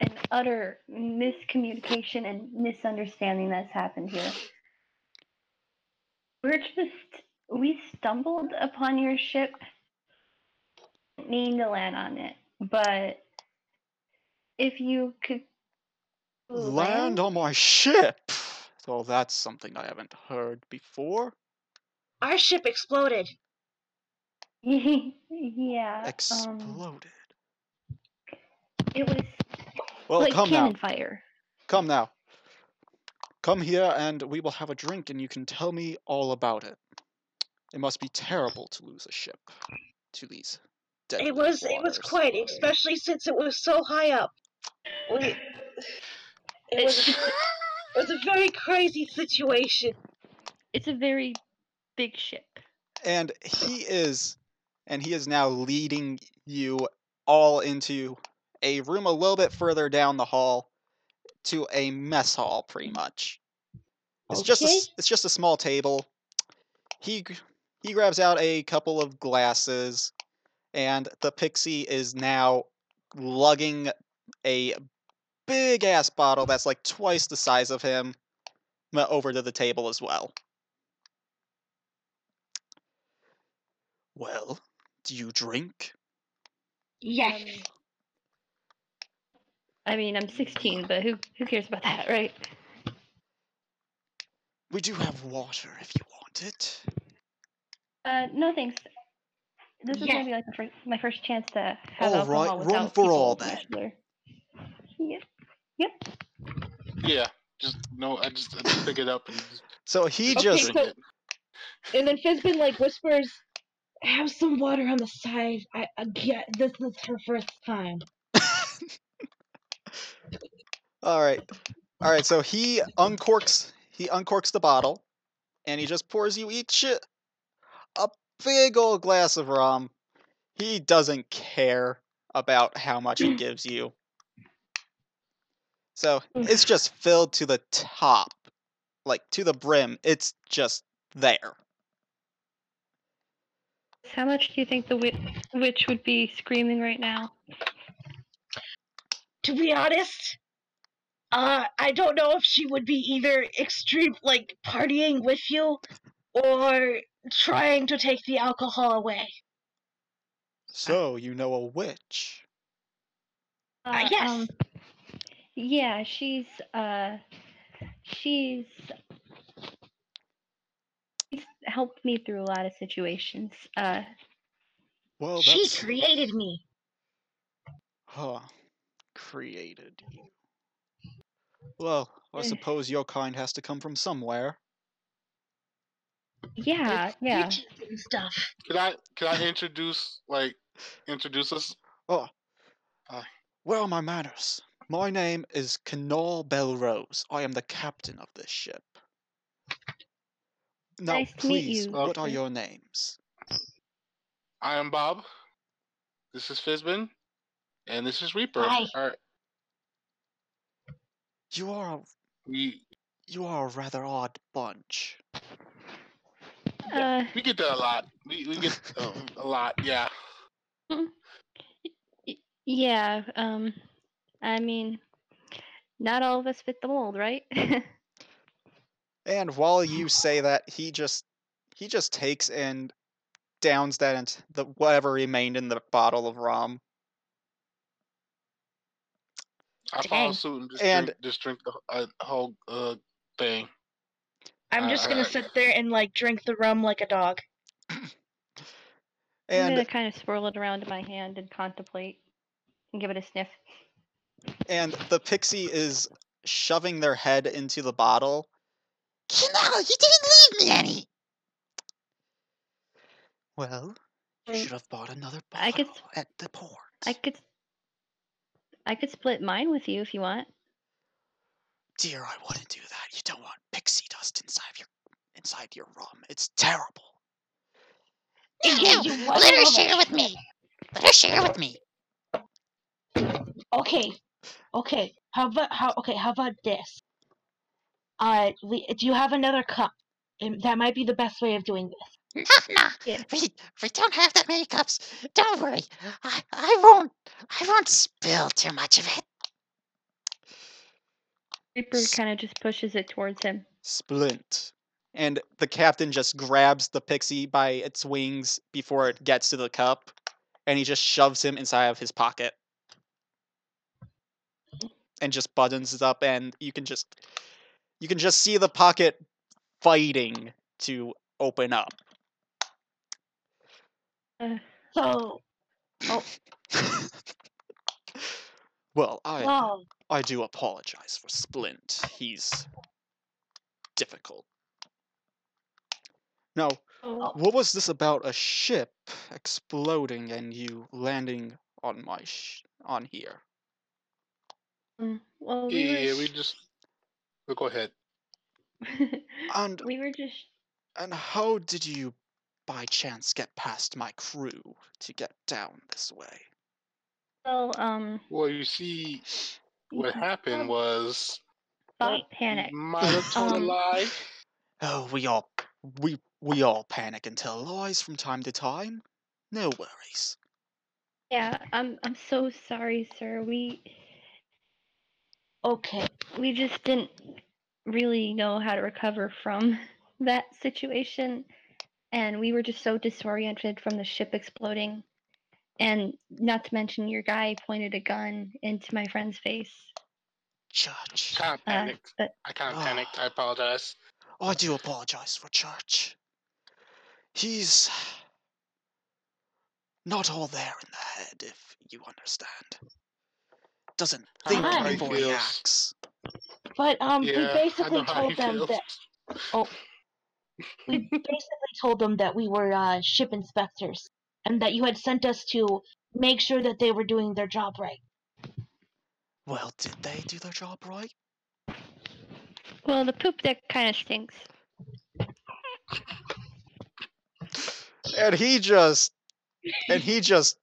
[SPEAKER 2] and utter miscommunication and misunderstanding that's happened here. We're just, we stumbled upon your ship, didn't mean to land on it, but if you could
[SPEAKER 1] Land on my ship. Well, that's something I haven't heard before.
[SPEAKER 5] Our ship exploded.
[SPEAKER 1] Uh,
[SPEAKER 2] yeah, um,
[SPEAKER 1] Exploded.
[SPEAKER 2] it was
[SPEAKER 1] Well,
[SPEAKER 2] like
[SPEAKER 1] come now.
[SPEAKER 2] cannon fire.
[SPEAKER 1] Come now. Come here and we will have a drink and you can tell me all about it. It must be terrible to lose a ship to these deadly
[SPEAKER 5] It was it was
[SPEAKER 1] waters.
[SPEAKER 5] quite, especially since it was so high up. We, it was it was a very crazy situation.
[SPEAKER 2] It's a very big ship.
[SPEAKER 1] And he is and he is now leading you all into a room a little bit further down the hall to a mess hall pretty much. It's just a,
[SPEAKER 5] Okay.
[SPEAKER 1] s- it's just a small table. He g- he grabs out a couple of glasses, and the pixie is now lugging a big ass bottle that's like twice the size of him uh, over to the table as well. Well, do you drink?
[SPEAKER 5] Yes.
[SPEAKER 2] Um, I mean, I'm 16, but who who cares about that, right?
[SPEAKER 1] We do have water if you want it.
[SPEAKER 2] Uh, no thanks. This is
[SPEAKER 5] Yeah.
[SPEAKER 2] gonna be like the first, my first chance to have
[SPEAKER 1] All right,
[SPEAKER 2] alcohol
[SPEAKER 1] room
[SPEAKER 2] without
[SPEAKER 1] Oh, for
[SPEAKER 2] people
[SPEAKER 1] all
[SPEAKER 2] much
[SPEAKER 1] then.
[SPEAKER 2] there. Yep.
[SPEAKER 3] Yeah. Just no. I just, I just pick it up and just
[SPEAKER 1] So he
[SPEAKER 4] Okay,
[SPEAKER 1] just
[SPEAKER 3] drink
[SPEAKER 4] so-
[SPEAKER 3] it.
[SPEAKER 4] And then Fizbin like whispers,
[SPEAKER 5] Have some water on the side. I, I get this is her first time.
[SPEAKER 1] all right, all right. So he uncorks he uncorks the bottle, and he just pours you each a- a big old glass of rum. He doesn't care about how much he gives you. So it's just filled to the top, like to the brim. It's just there.
[SPEAKER 2] How much do you think the wi- witch would be screaming right now?
[SPEAKER 5] To be honest, uh, I don't know if she would be either extreme like partying with you, or trying to take the alcohol away.
[SPEAKER 1] So you know a witch.
[SPEAKER 5] Uh, yes.
[SPEAKER 2] um, yeah, she's uh she's she's helped me through a lot of situations. Uh
[SPEAKER 1] Well, that's
[SPEAKER 5] she created me.
[SPEAKER 1] huh, created you. Well, I
[SPEAKER 2] Eh.
[SPEAKER 1] suppose your kind has to come from somewhere.
[SPEAKER 2] yeah, yeah.
[SPEAKER 5] YouTube and stuff.
[SPEAKER 3] Can I can I introduce like introduce us?
[SPEAKER 1] Where are my manners? My name is Canal Belrose. I am the captain of this ship. Now,
[SPEAKER 2] Nice to meet
[SPEAKER 1] please,
[SPEAKER 2] you,
[SPEAKER 1] what are
[SPEAKER 2] Fizz.
[SPEAKER 1] your names?
[SPEAKER 3] I am Bob. This is Fizbin, and this is Reaper.
[SPEAKER 5] Hi.
[SPEAKER 3] All right,
[SPEAKER 1] You are a,
[SPEAKER 3] we
[SPEAKER 1] you are a rather odd bunch.
[SPEAKER 2] Uh
[SPEAKER 3] we get that a lot. We we get um, a lot. Yeah.
[SPEAKER 2] yeah, um I mean not all of us fit the mold, right?
[SPEAKER 1] And while you say that, he just he just takes and downs that into the whatever remained in the bottle of rum.
[SPEAKER 3] I follow
[SPEAKER 5] Dang.
[SPEAKER 3] suit and just
[SPEAKER 1] And-
[SPEAKER 3] drink, just drink the uh, whole uh, thing.
[SPEAKER 4] I'm just gonna
[SPEAKER 3] Alright.
[SPEAKER 4] sit there and like drink the rum like a dog.
[SPEAKER 2] I'm
[SPEAKER 1] And
[SPEAKER 2] gonna kind of swirl it around in my hand and contemplate and give it a sniff.
[SPEAKER 1] and the pixie is shoving their head into the bottle. Kinal, you didn't leave me any. Well, you
[SPEAKER 2] Mm.
[SPEAKER 1] should have bought another bottle
[SPEAKER 2] I could
[SPEAKER 1] at the port.
[SPEAKER 2] I could I could split mine with you if you want.
[SPEAKER 1] Dear, I wouldn't do that. You don't want pixie dust inside of your inside your rum. It's terrible.
[SPEAKER 5] Yeah, you want
[SPEAKER 6] Let her
[SPEAKER 5] all that
[SPEAKER 6] share with me. Let her share with me.
[SPEAKER 5] Okay, okay. How about how? Okay, how about this? Uh, we, do you have another cup? Um, That might be the best way of doing this.
[SPEAKER 6] Nah, nah.
[SPEAKER 2] Yeah.
[SPEAKER 6] We, we don't have that many cups. Don't worry. I, I won't I won't spill too much of it.
[SPEAKER 2] Reaper
[SPEAKER 1] S-
[SPEAKER 2] kind of just pushes it towards him.
[SPEAKER 1] Splint. And the captain just grabs the pixie by its wings before it gets to the cup, and he just shoves him inside of his pocket. And just buttons it up and you can just you can just see the pocket fighting to open up.
[SPEAKER 2] Uh,
[SPEAKER 5] So,
[SPEAKER 1] well, I
[SPEAKER 5] well,
[SPEAKER 1] I do apologize for Splint. He's difficult. Now,
[SPEAKER 2] Oh.
[SPEAKER 1] what was this about a ship exploding and you landing on my sh- on here?
[SPEAKER 2] Well, we
[SPEAKER 3] yeah,
[SPEAKER 2] were
[SPEAKER 3] we just. But go ahead.
[SPEAKER 1] And
[SPEAKER 2] we were just
[SPEAKER 1] and how did you by chance get past my crew to get down this way?
[SPEAKER 2] well um
[SPEAKER 3] Well, you see, what happened
[SPEAKER 2] um,
[SPEAKER 3] was
[SPEAKER 2] Bob
[SPEAKER 3] you
[SPEAKER 2] panic.
[SPEAKER 3] might have told a
[SPEAKER 2] Um,
[SPEAKER 3] lie.
[SPEAKER 1] Oh, we all we we all panic and tell lies from time to time. No worries.
[SPEAKER 2] Yeah, I'm I'm so sorry, sir. We
[SPEAKER 5] okay.
[SPEAKER 2] we just didn't really know how to recover from that situation and we were just so disoriented from the ship exploding and not to mention your guy pointed a gun into my friend's face.
[SPEAKER 1] Church.
[SPEAKER 3] Kind of
[SPEAKER 2] Uh,
[SPEAKER 3] panicked.
[SPEAKER 2] but
[SPEAKER 3] I kind
[SPEAKER 1] Ah.
[SPEAKER 3] of panicked. I apologize.
[SPEAKER 1] I do apologize for Church. He's not all there in the head, if you understand. Doesn't
[SPEAKER 3] I
[SPEAKER 1] think
[SPEAKER 5] know how he
[SPEAKER 1] before he
[SPEAKER 3] feels.
[SPEAKER 1] acts.
[SPEAKER 5] But um,
[SPEAKER 3] yeah,
[SPEAKER 5] we
[SPEAKER 3] I
[SPEAKER 5] basically
[SPEAKER 3] know how
[SPEAKER 5] told
[SPEAKER 3] he
[SPEAKER 5] them
[SPEAKER 3] feels. Oh,
[SPEAKER 5] that we basically told them that we were uh, ship inspectors and that you had sent us to make sure that they were doing their job right.
[SPEAKER 1] Well, did they do their job right?
[SPEAKER 2] well, the poop deck kind of stinks.
[SPEAKER 1] And he just and he just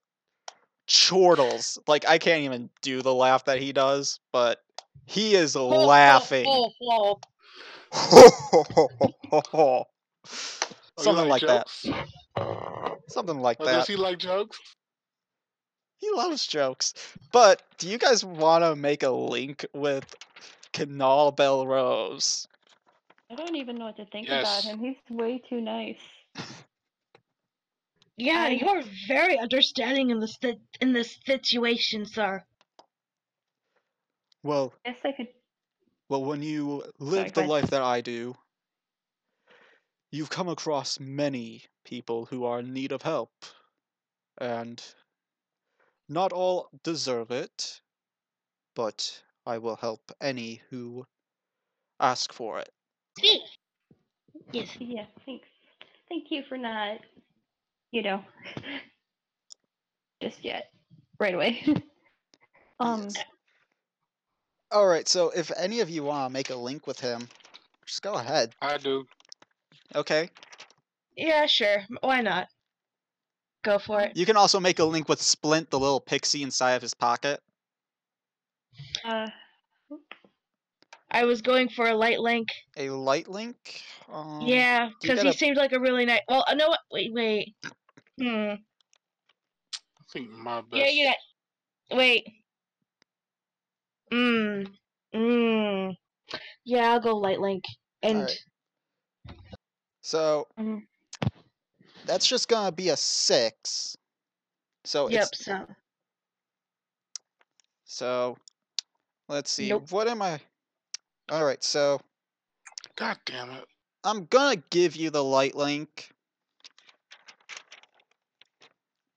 [SPEAKER 1] chortles. Like I can't even do the laugh that he does, but he is laughing.
[SPEAKER 3] Oh, you
[SPEAKER 1] Something like that.
[SPEAKER 3] jokes?
[SPEAKER 1] Something like
[SPEAKER 3] Or
[SPEAKER 1] that.
[SPEAKER 3] does he like jokes?
[SPEAKER 1] He loves jokes. But do you guys want to make a link with Canal Bell Rose?
[SPEAKER 2] I don't even know what to think
[SPEAKER 3] Yes.
[SPEAKER 2] about him. He's way too nice.
[SPEAKER 5] Yeah,
[SPEAKER 2] I-
[SPEAKER 5] you're very understanding in this sit- in this situation, sir.
[SPEAKER 1] Well,
[SPEAKER 2] I guess I could.
[SPEAKER 1] well, when you
[SPEAKER 2] Sorry,
[SPEAKER 1] live the
[SPEAKER 2] go ahead.
[SPEAKER 1] life that I do, you've come across many people who are in need of help, and not all deserve it, but I will help any who ask for it.
[SPEAKER 5] Yes.
[SPEAKER 2] Yeah, thanks. Thank you for not, you know, just yet. Right away. um,
[SPEAKER 1] Yes. All right, so if any of you want to make a link with him, just go ahead.
[SPEAKER 3] I do.
[SPEAKER 1] Okay.
[SPEAKER 4] Yeah, sure. Why not?
[SPEAKER 5] Go for it.
[SPEAKER 1] You can also make a link with Splint, the little pixie inside of his pocket.
[SPEAKER 2] uh,
[SPEAKER 4] I was going for a light link.
[SPEAKER 1] A light link. Um,
[SPEAKER 4] yeah,
[SPEAKER 1] you
[SPEAKER 4] because
[SPEAKER 1] gotta-
[SPEAKER 4] he seemed like a really nice. Well, uh, no, what- wait, wait. Hmm.
[SPEAKER 3] I think my best.
[SPEAKER 4] Yeah, you got. Wait. Hmm.
[SPEAKER 5] Mm. Yeah, I'll go light link. And
[SPEAKER 1] Alright. So
[SPEAKER 2] Mhm.
[SPEAKER 4] Mm-hmm.
[SPEAKER 1] that's just gonna be a six. So
[SPEAKER 4] Yep.
[SPEAKER 1] Oh, it's
[SPEAKER 4] So
[SPEAKER 1] so. Let's see.
[SPEAKER 4] Nope.
[SPEAKER 1] What am I? All right. So
[SPEAKER 3] God damn it.
[SPEAKER 1] I'm gonna give you the light link,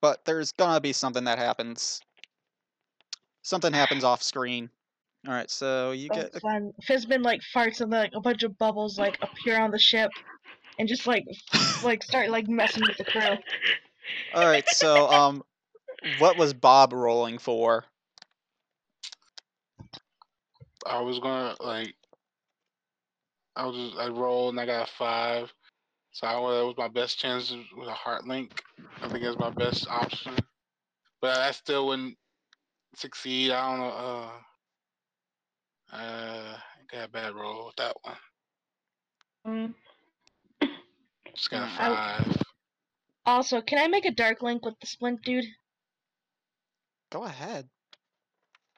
[SPEAKER 1] but there's gonna be something that happens. Something happens off screen. All right. So you
[SPEAKER 4] oh,
[SPEAKER 1] get a
[SPEAKER 4] fun. Fizbin like farts and like a bunch of bubbles like appear on the ship, and just like like start like messing with the crew.
[SPEAKER 1] All right, so um, what was Bob rolling for?
[SPEAKER 3] I was gonna like. I was just, I rolled and I got a five, so I that was my best chance with a heart link. I think that's my best option, but I still wouldn't succeed. I don't know. Uh, uh, I got a bad roll with that one.
[SPEAKER 2] um,
[SPEAKER 3] Just got a
[SPEAKER 1] Mm.
[SPEAKER 4] I-
[SPEAKER 3] five.
[SPEAKER 4] Also, can I make a dark link with the splint dude?
[SPEAKER 1] Go ahead.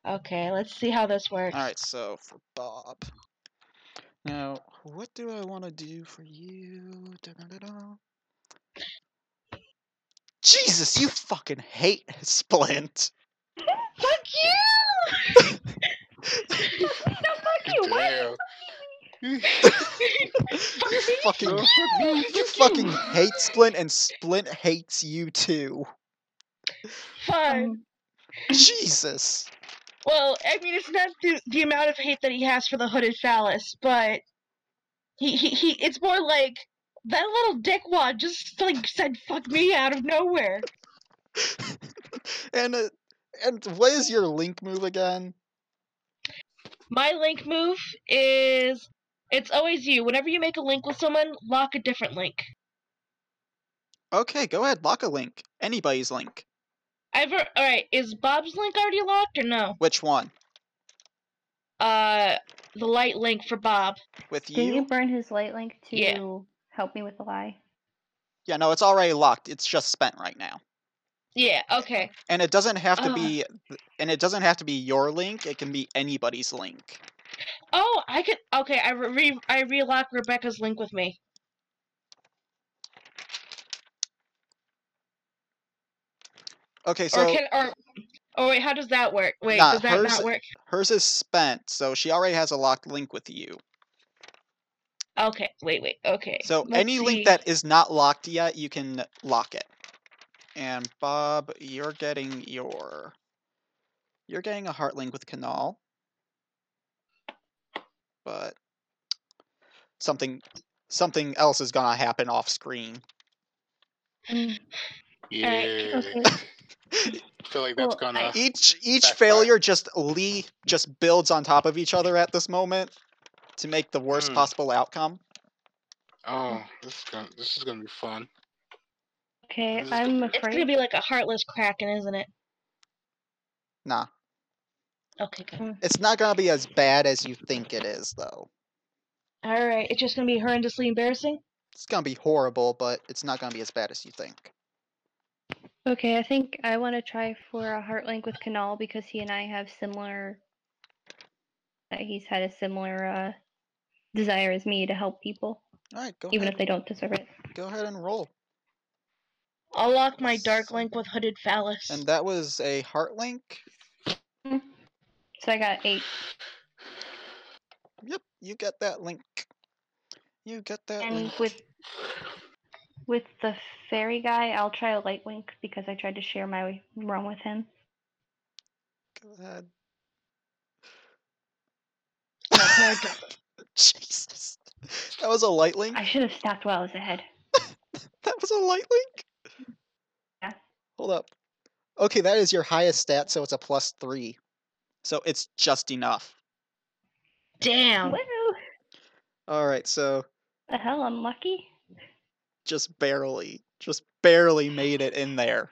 [SPEAKER 4] Okay, let's see how this works.
[SPEAKER 1] All right, so for Bob. Now, what do I want to do for you? Da-da-da-da. Jesus, you fucking hate Splint.
[SPEAKER 4] Fuck you!
[SPEAKER 2] no, fuck you. What?
[SPEAKER 3] Damn.
[SPEAKER 1] You fucking,
[SPEAKER 3] No,
[SPEAKER 1] you,
[SPEAKER 3] fuck me, fuck
[SPEAKER 1] fucking hate Splint, and Splint hates you too.
[SPEAKER 4] Fine.
[SPEAKER 2] Um,
[SPEAKER 1] Jesus.
[SPEAKER 4] Well, I mean, it's not the, the amount of hate that he has for the hooded phallus, but he, he, he it's more like that little dickwad just like said "fuck me" out of nowhere.
[SPEAKER 1] and uh, and what is your link move again?
[SPEAKER 4] My link move is it's always you. Whenever you make a link with someone, lock a different link.
[SPEAKER 1] Okay, go ahead, lock a link. Anybody's link.
[SPEAKER 4] I've al- all right. Is Bob's link already locked or no?
[SPEAKER 1] Which one?
[SPEAKER 4] Uh, the light link for Bob.
[SPEAKER 1] With
[SPEAKER 2] didn't you
[SPEAKER 1] you?
[SPEAKER 2] burn his light link to
[SPEAKER 4] Yeah.
[SPEAKER 2] help me with the lie?
[SPEAKER 1] Yeah, no, it's already locked. It's just spent right now.
[SPEAKER 4] Yeah. Okay.
[SPEAKER 1] And it doesn't have to
[SPEAKER 4] Ah.
[SPEAKER 1] be and it doesn't have to be your link. It can be anybody's link.
[SPEAKER 4] Oh, I could. Okay, I re I relock Rebecca's link with me.
[SPEAKER 1] Okay,
[SPEAKER 4] or
[SPEAKER 1] so
[SPEAKER 4] can or oh wait, how does that work? Wait,
[SPEAKER 1] Nah,
[SPEAKER 4] does that
[SPEAKER 1] hers-
[SPEAKER 4] not work?
[SPEAKER 1] hers is spent, so she already has a locked link with you.
[SPEAKER 4] Okay, wait, wait, okay.
[SPEAKER 1] So
[SPEAKER 4] let's
[SPEAKER 1] any
[SPEAKER 4] see.
[SPEAKER 1] link that is not locked yet, you can lock it. And Bob, you're getting your you're getting a heart link with Canal. But something something else is gonna happen off screen.
[SPEAKER 3] Yeah.
[SPEAKER 2] okay.
[SPEAKER 3] feel like that's
[SPEAKER 2] Well,
[SPEAKER 3] gonna.
[SPEAKER 2] I- e
[SPEAKER 1] each each
[SPEAKER 3] Backfire.
[SPEAKER 1] failure just Lee just builds on top of each other at this moment to make the worst
[SPEAKER 4] Hmm.
[SPEAKER 3] Mm.
[SPEAKER 1] possible outcome.
[SPEAKER 3] Oh, this is gonna this is gonna be fun.
[SPEAKER 2] Okay,
[SPEAKER 3] This is
[SPEAKER 2] I'm
[SPEAKER 3] different.
[SPEAKER 4] It's gonna
[SPEAKER 2] afraid.
[SPEAKER 4] be like a heartless kraken, isn't it?
[SPEAKER 1] Nah,
[SPEAKER 4] Okay, good.
[SPEAKER 1] it's not gonna be as bad as you think it is, though.
[SPEAKER 4] All right, it's just gonna be horrendously embarrassing.
[SPEAKER 1] It's gonna be horrible, but it's not gonna be as bad as you think.
[SPEAKER 2] Okay, I think I want to try for a heart link with Kanal because he and I have similar. That he's had a similar uh, desires me to help people,
[SPEAKER 1] All right, go
[SPEAKER 2] even
[SPEAKER 1] ahead.
[SPEAKER 2] if they don't deserve it.
[SPEAKER 1] Go ahead and roll.
[SPEAKER 5] I'll lock my dark link with hooded phallus.
[SPEAKER 1] And that was a heart link.
[SPEAKER 2] So I got eight.
[SPEAKER 1] Yep, you get that link. You get that
[SPEAKER 2] And
[SPEAKER 1] link.
[SPEAKER 2] with with the fairy guy, I'll try a light wink because I tried to share my room with him.
[SPEAKER 1] Go ahead.
[SPEAKER 2] Oh,
[SPEAKER 1] Jesus. That was a light link.
[SPEAKER 2] I should have stopped while I was ahead.
[SPEAKER 1] That was a light link.
[SPEAKER 2] Yeah.
[SPEAKER 1] Hold up. Okay, that is your highest stat, so it's a plus three. So it's just enough.
[SPEAKER 5] Damn.
[SPEAKER 2] Woo!
[SPEAKER 1] All right, so
[SPEAKER 2] The hell, I'm lucky.
[SPEAKER 1] just barely, just barely made it in there.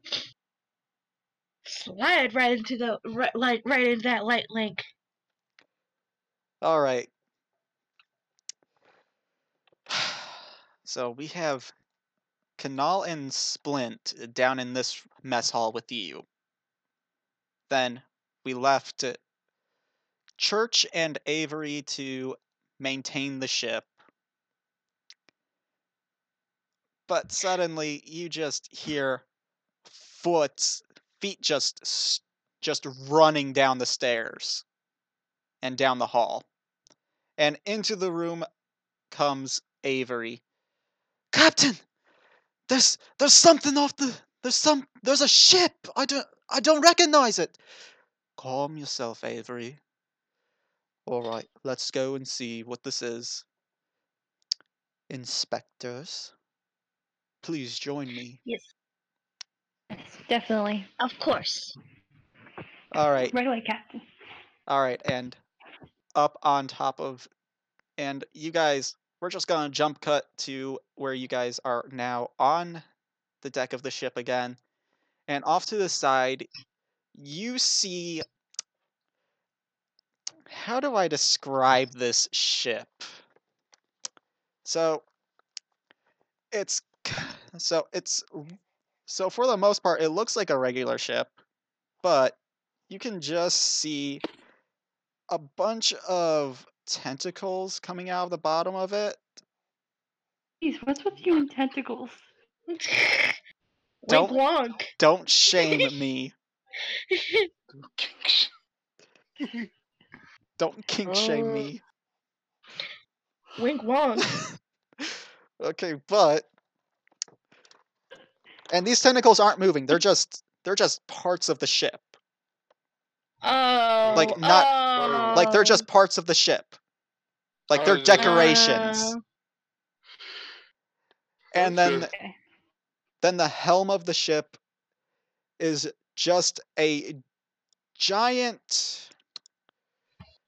[SPEAKER 5] Slide right into the right, like right into that light link.
[SPEAKER 1] All right. So we have Kanal and Splint uh, down in this mess hall with you. Then we left uh, Church and Avery to maintain the ship. But suddenly you just hear foots, feet just s- just running down the stairs and down the hall. And into the room comes Avery. Captain, there's there's something off the there's some there's a ship. I don't I don't recognize it. Calm yourself, Avery. All right, let's go and see what this is. Inspectors, please join me.
[SPEAKER 2] Yes, definitely.
[SPEAKER 5] Of course.
[SPEAKER 1] All right,
[SPEAKER 2] Right away, Captain.
[SPEAKER 1] All right, and up on top of, and you guys, we're just gonna jump cut to where you guys are now on the deck of the ship again, and off to the side, you see. How do I describe this ship? So, it's k- so it's so for the most part, it looks like a regular ship, but you can just see a bunch of tentacles coming out of the bottom of it.
[SPEAKER 2] Jeez, what's with you and tentacles?
[SPEAKER 4] Wink
[SPEAKER 1] Don't-
[SPEAKER 4] wonk.
[SPEAKER 1] Don't shame me. Don't kink shame
[SPEAKER 3] Uh.
[SPEAKER 1] me.
[SPEAKER 4] Wink wonk.
[SPEAKER 1] okay, but and these tentacles aren't moving. They're just they're just parts of the ship.
[SPEAKER 4] Oh.
[SPEAKER 1] Like, not-
[SPEAKER 4] oh.
[SPEAKER 1] Like they're just parts of the ship. Like
[SPEAKER 3] Oh,
[SPEAKER 1] they're
[SPEAKER 3] they're just-
[SPEAKER 1] decorations.
[SPEAKER 4] Uh,
[SPEAKER 1] and then
[SPEAKER 3] Okay.
[SPEAKER 2] Okay.
[SPEAKER 1] then the helm of the ship is just a giant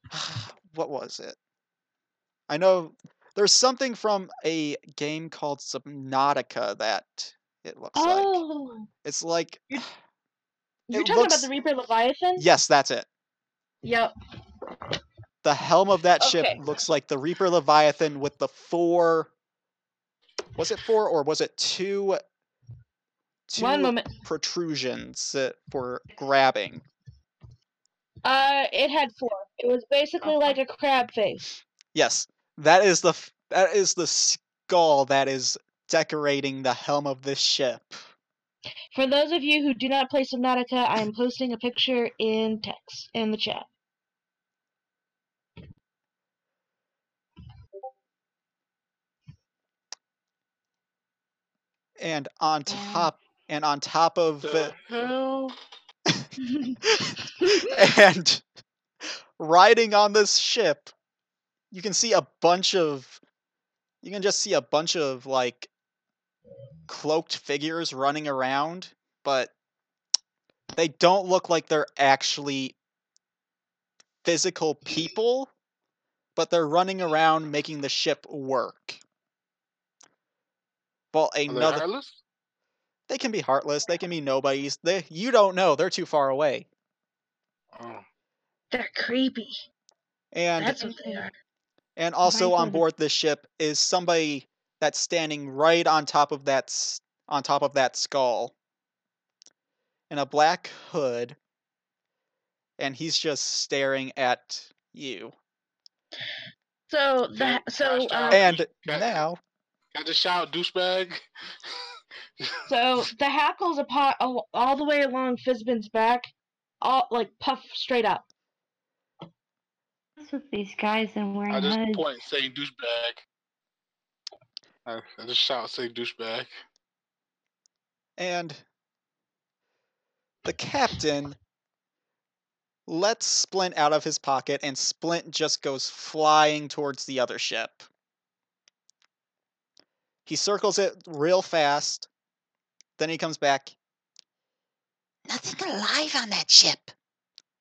[SPEAKER 1] what was it i know there's something from a game called subnautica that it looks like
[SPEAKER 5] Oh,
[SPEAKER 1] it's like
[SPEAKER 5] you're
[SPEAKER 1] It
[SPEAKER 5] talking
[SPEAKER 1] looks-
[SPEAKER 5] about the Reaper Leviathan?
[SPEAKER 1] yes that's it
[SPEAKER 5] Yep.
[SPEAKER 1] the helm of that ship
[SPEAKER 4] Okay.
[SPEAKER 1] looks like the reaper leviathan with the four was it four or was it two two
[SPEAKER 5] One moment.
[SPEAKER 1] protrusions uh, for grabbing
[SPEAKER 5] Uh, it had four. It was basically
[SPEAKER 1] Uh-huh.
[SPEAKER 5] like
[SPEAKER 2] Okay.
[SPEAKER 5] a crab face.
[SPEAKER 1] Yes, that is the f- that is the skull that is decorating the helm of this ship.
[SPEAKER 5] For those of you who do not play Subnautica, I am posting a picture in text in the chat.
[SPEAKER 1] And on
[SPEAKER 2] Yeah.
[SPEAKER 1] top and on top of
[SPEAKER 3] The
[SPEAKER 1] the
[SPEAKER 3] hell?
[SPEAKER 1] and riding on this ship, you can see a bunch of you can just see a bunch of like cloaked figures running around, but they don't look like they're actually physical people, but they're running around making the ship work. Well,
[SPEAKER 3] Are they
[SPEAKER 1] another
[SPEAKER 3] heartless?
[SPEAKER 1] they can be heartless, they can be nobodies. They you don't know, they're too far away.
[SPEAKER 3] Oh.
[SPEAKER 5] They're creepy.
[SPEAKER 1] And
[SPEAKER 5] That's what they are.
[SPEAKER 1] and also on
[SPEAKER 5] Mindless.
[SPEAKER 1] board this ship is somebody that's standing right on top of that s- on top of that skull in a black hood and he's just staring at you
[SPEAKER 5] So that so
[SPEAKER 3] Gosh,
[SPEAKER 5] um,
[SPEAKER 3] Charlie.
[SPEAKER 1] And
[SPEAKER 3] Got-
[SPEAKER 1] now,
[SPEAKER 3] Got to shout, douchebag.
[SPEAKER 5] So the hackles upon all, all the way along Fizbin's back, all like puff straight up.
[SPEAKER 2] What's with these guys and wearing
[SPEAKER 3] I just
[SPEAKER 2] hoods?
[SPEAKER 3] point saying douchebag. I, I just shout saying douchebag.
[SPEAKER 1] and the captain lets Splint out of his pocket, and Splint just goes flying towards the other ship. He circles it real fast, then he comes back.
[SPEAKER 6] Nothing alive on that ship.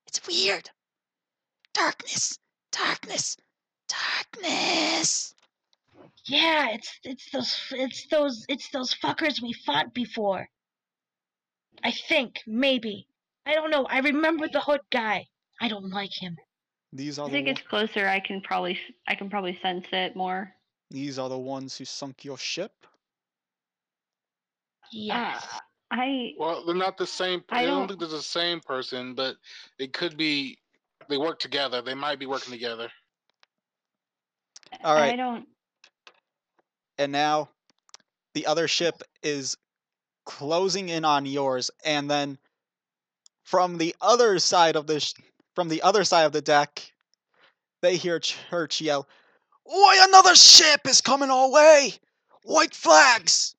[SPEAKER 6] It's weird. Darkness, darkness, darkness.
[SPEAKER 5] Yeah, it's it's those it's those it's those fuckers we fought before. I think maybe I don't know. I remember the hood guy. I don't like him.
[SPEAKER 1] These are
[SPEAKER 2] As
[SPEAKER 1] the
[SPEAKER 2] it
[SPEAKER 1] one-
[SPEAKER 2] gets closer, I can probably I can probably sense it more.
[SPEAKER 1] these are the ones who sunk your ship.
[SPEAKER 5] Yes.
[SPEAKER 2] Uh, I
[SPEAKER 3] Well, they're not the same.
[SPEAKER 2] I
[SPEAKER 3] I don't,
[SPEAKER 2] don't-
[SPEAKER 3] think they're the same person, but they could be. They work together. They might be working together.
[SPEAKER 1] All right.
[SPEAKER 2] I don't
[SPEAKER 1] and now the other ship is closing in on yours and then from the other side of the sh- from the other side of the deck they hear church yell why another ship is coming our way white flags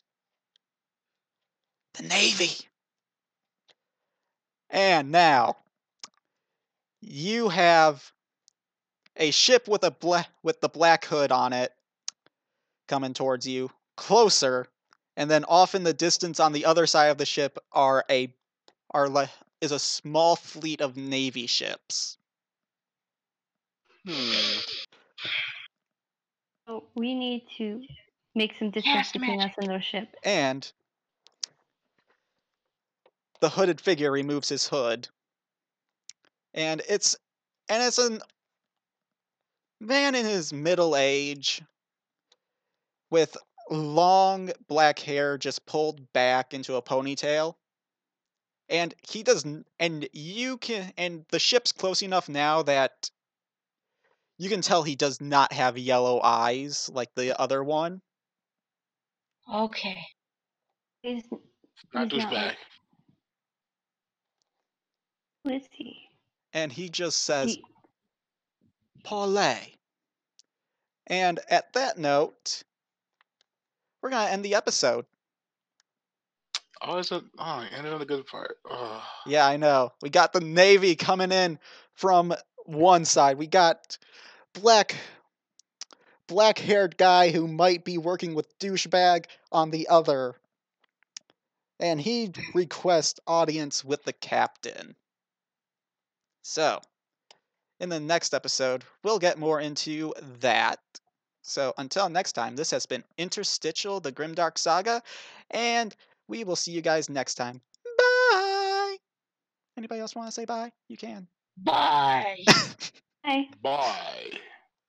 [SPEAKER 6] The Navy.
[SPEAKER 1] and now you have a ship with a bla- with the black hood on it coming towards you closer and then off in the distance on the other side of the ship are a are le- is a small fleet of navy ships
[SPEAKER 3] Hmm.
[SPEAKER 2] So oh, we need to make some distance
[SPEAKER 5] Cast
[SPEAKER 2] between us and their ship.
[SPEAKER 1] and the hooded figure removes his hood and it's and it's an man in his middle age with long black hair just pulled back into a ponytail and he doesn't and you can and the ship's close enough now that you can tell he does not have yellow eyes like the other one
[SPEAKER 5] Ah, Okay.
[SPEAKER 2] He's,
[SPEAKER 3] Not
[SPEAKER 2] He's not
[SPEAKER 3] douchebag.
[SPEAKER 2] like- who is he?
[SPEAKER 1] and he just says
[SPEAKER 2] He-
[SPEAKER 1] parlay. And at that note, we're going to end the episode.
[SPEAKER 3] Always a oh, and another good part. Oh.
[SPEAKER 1] Yeah, I know. We got the Navy coming in from one side. We got black black-haired guy who might be working with douchebag on the other. And he requests audience with the captain. So, in the next episode, we'll get more into that. So, until next time, this has been Interstitial, the Grimdark Saga, and we will see you guys next time. Bye! Anybody else want to say bye? You can.
[SPEAKER 5] Bye.
[SPEAKER 2] Hi.
[SPEAKER 3] Bye.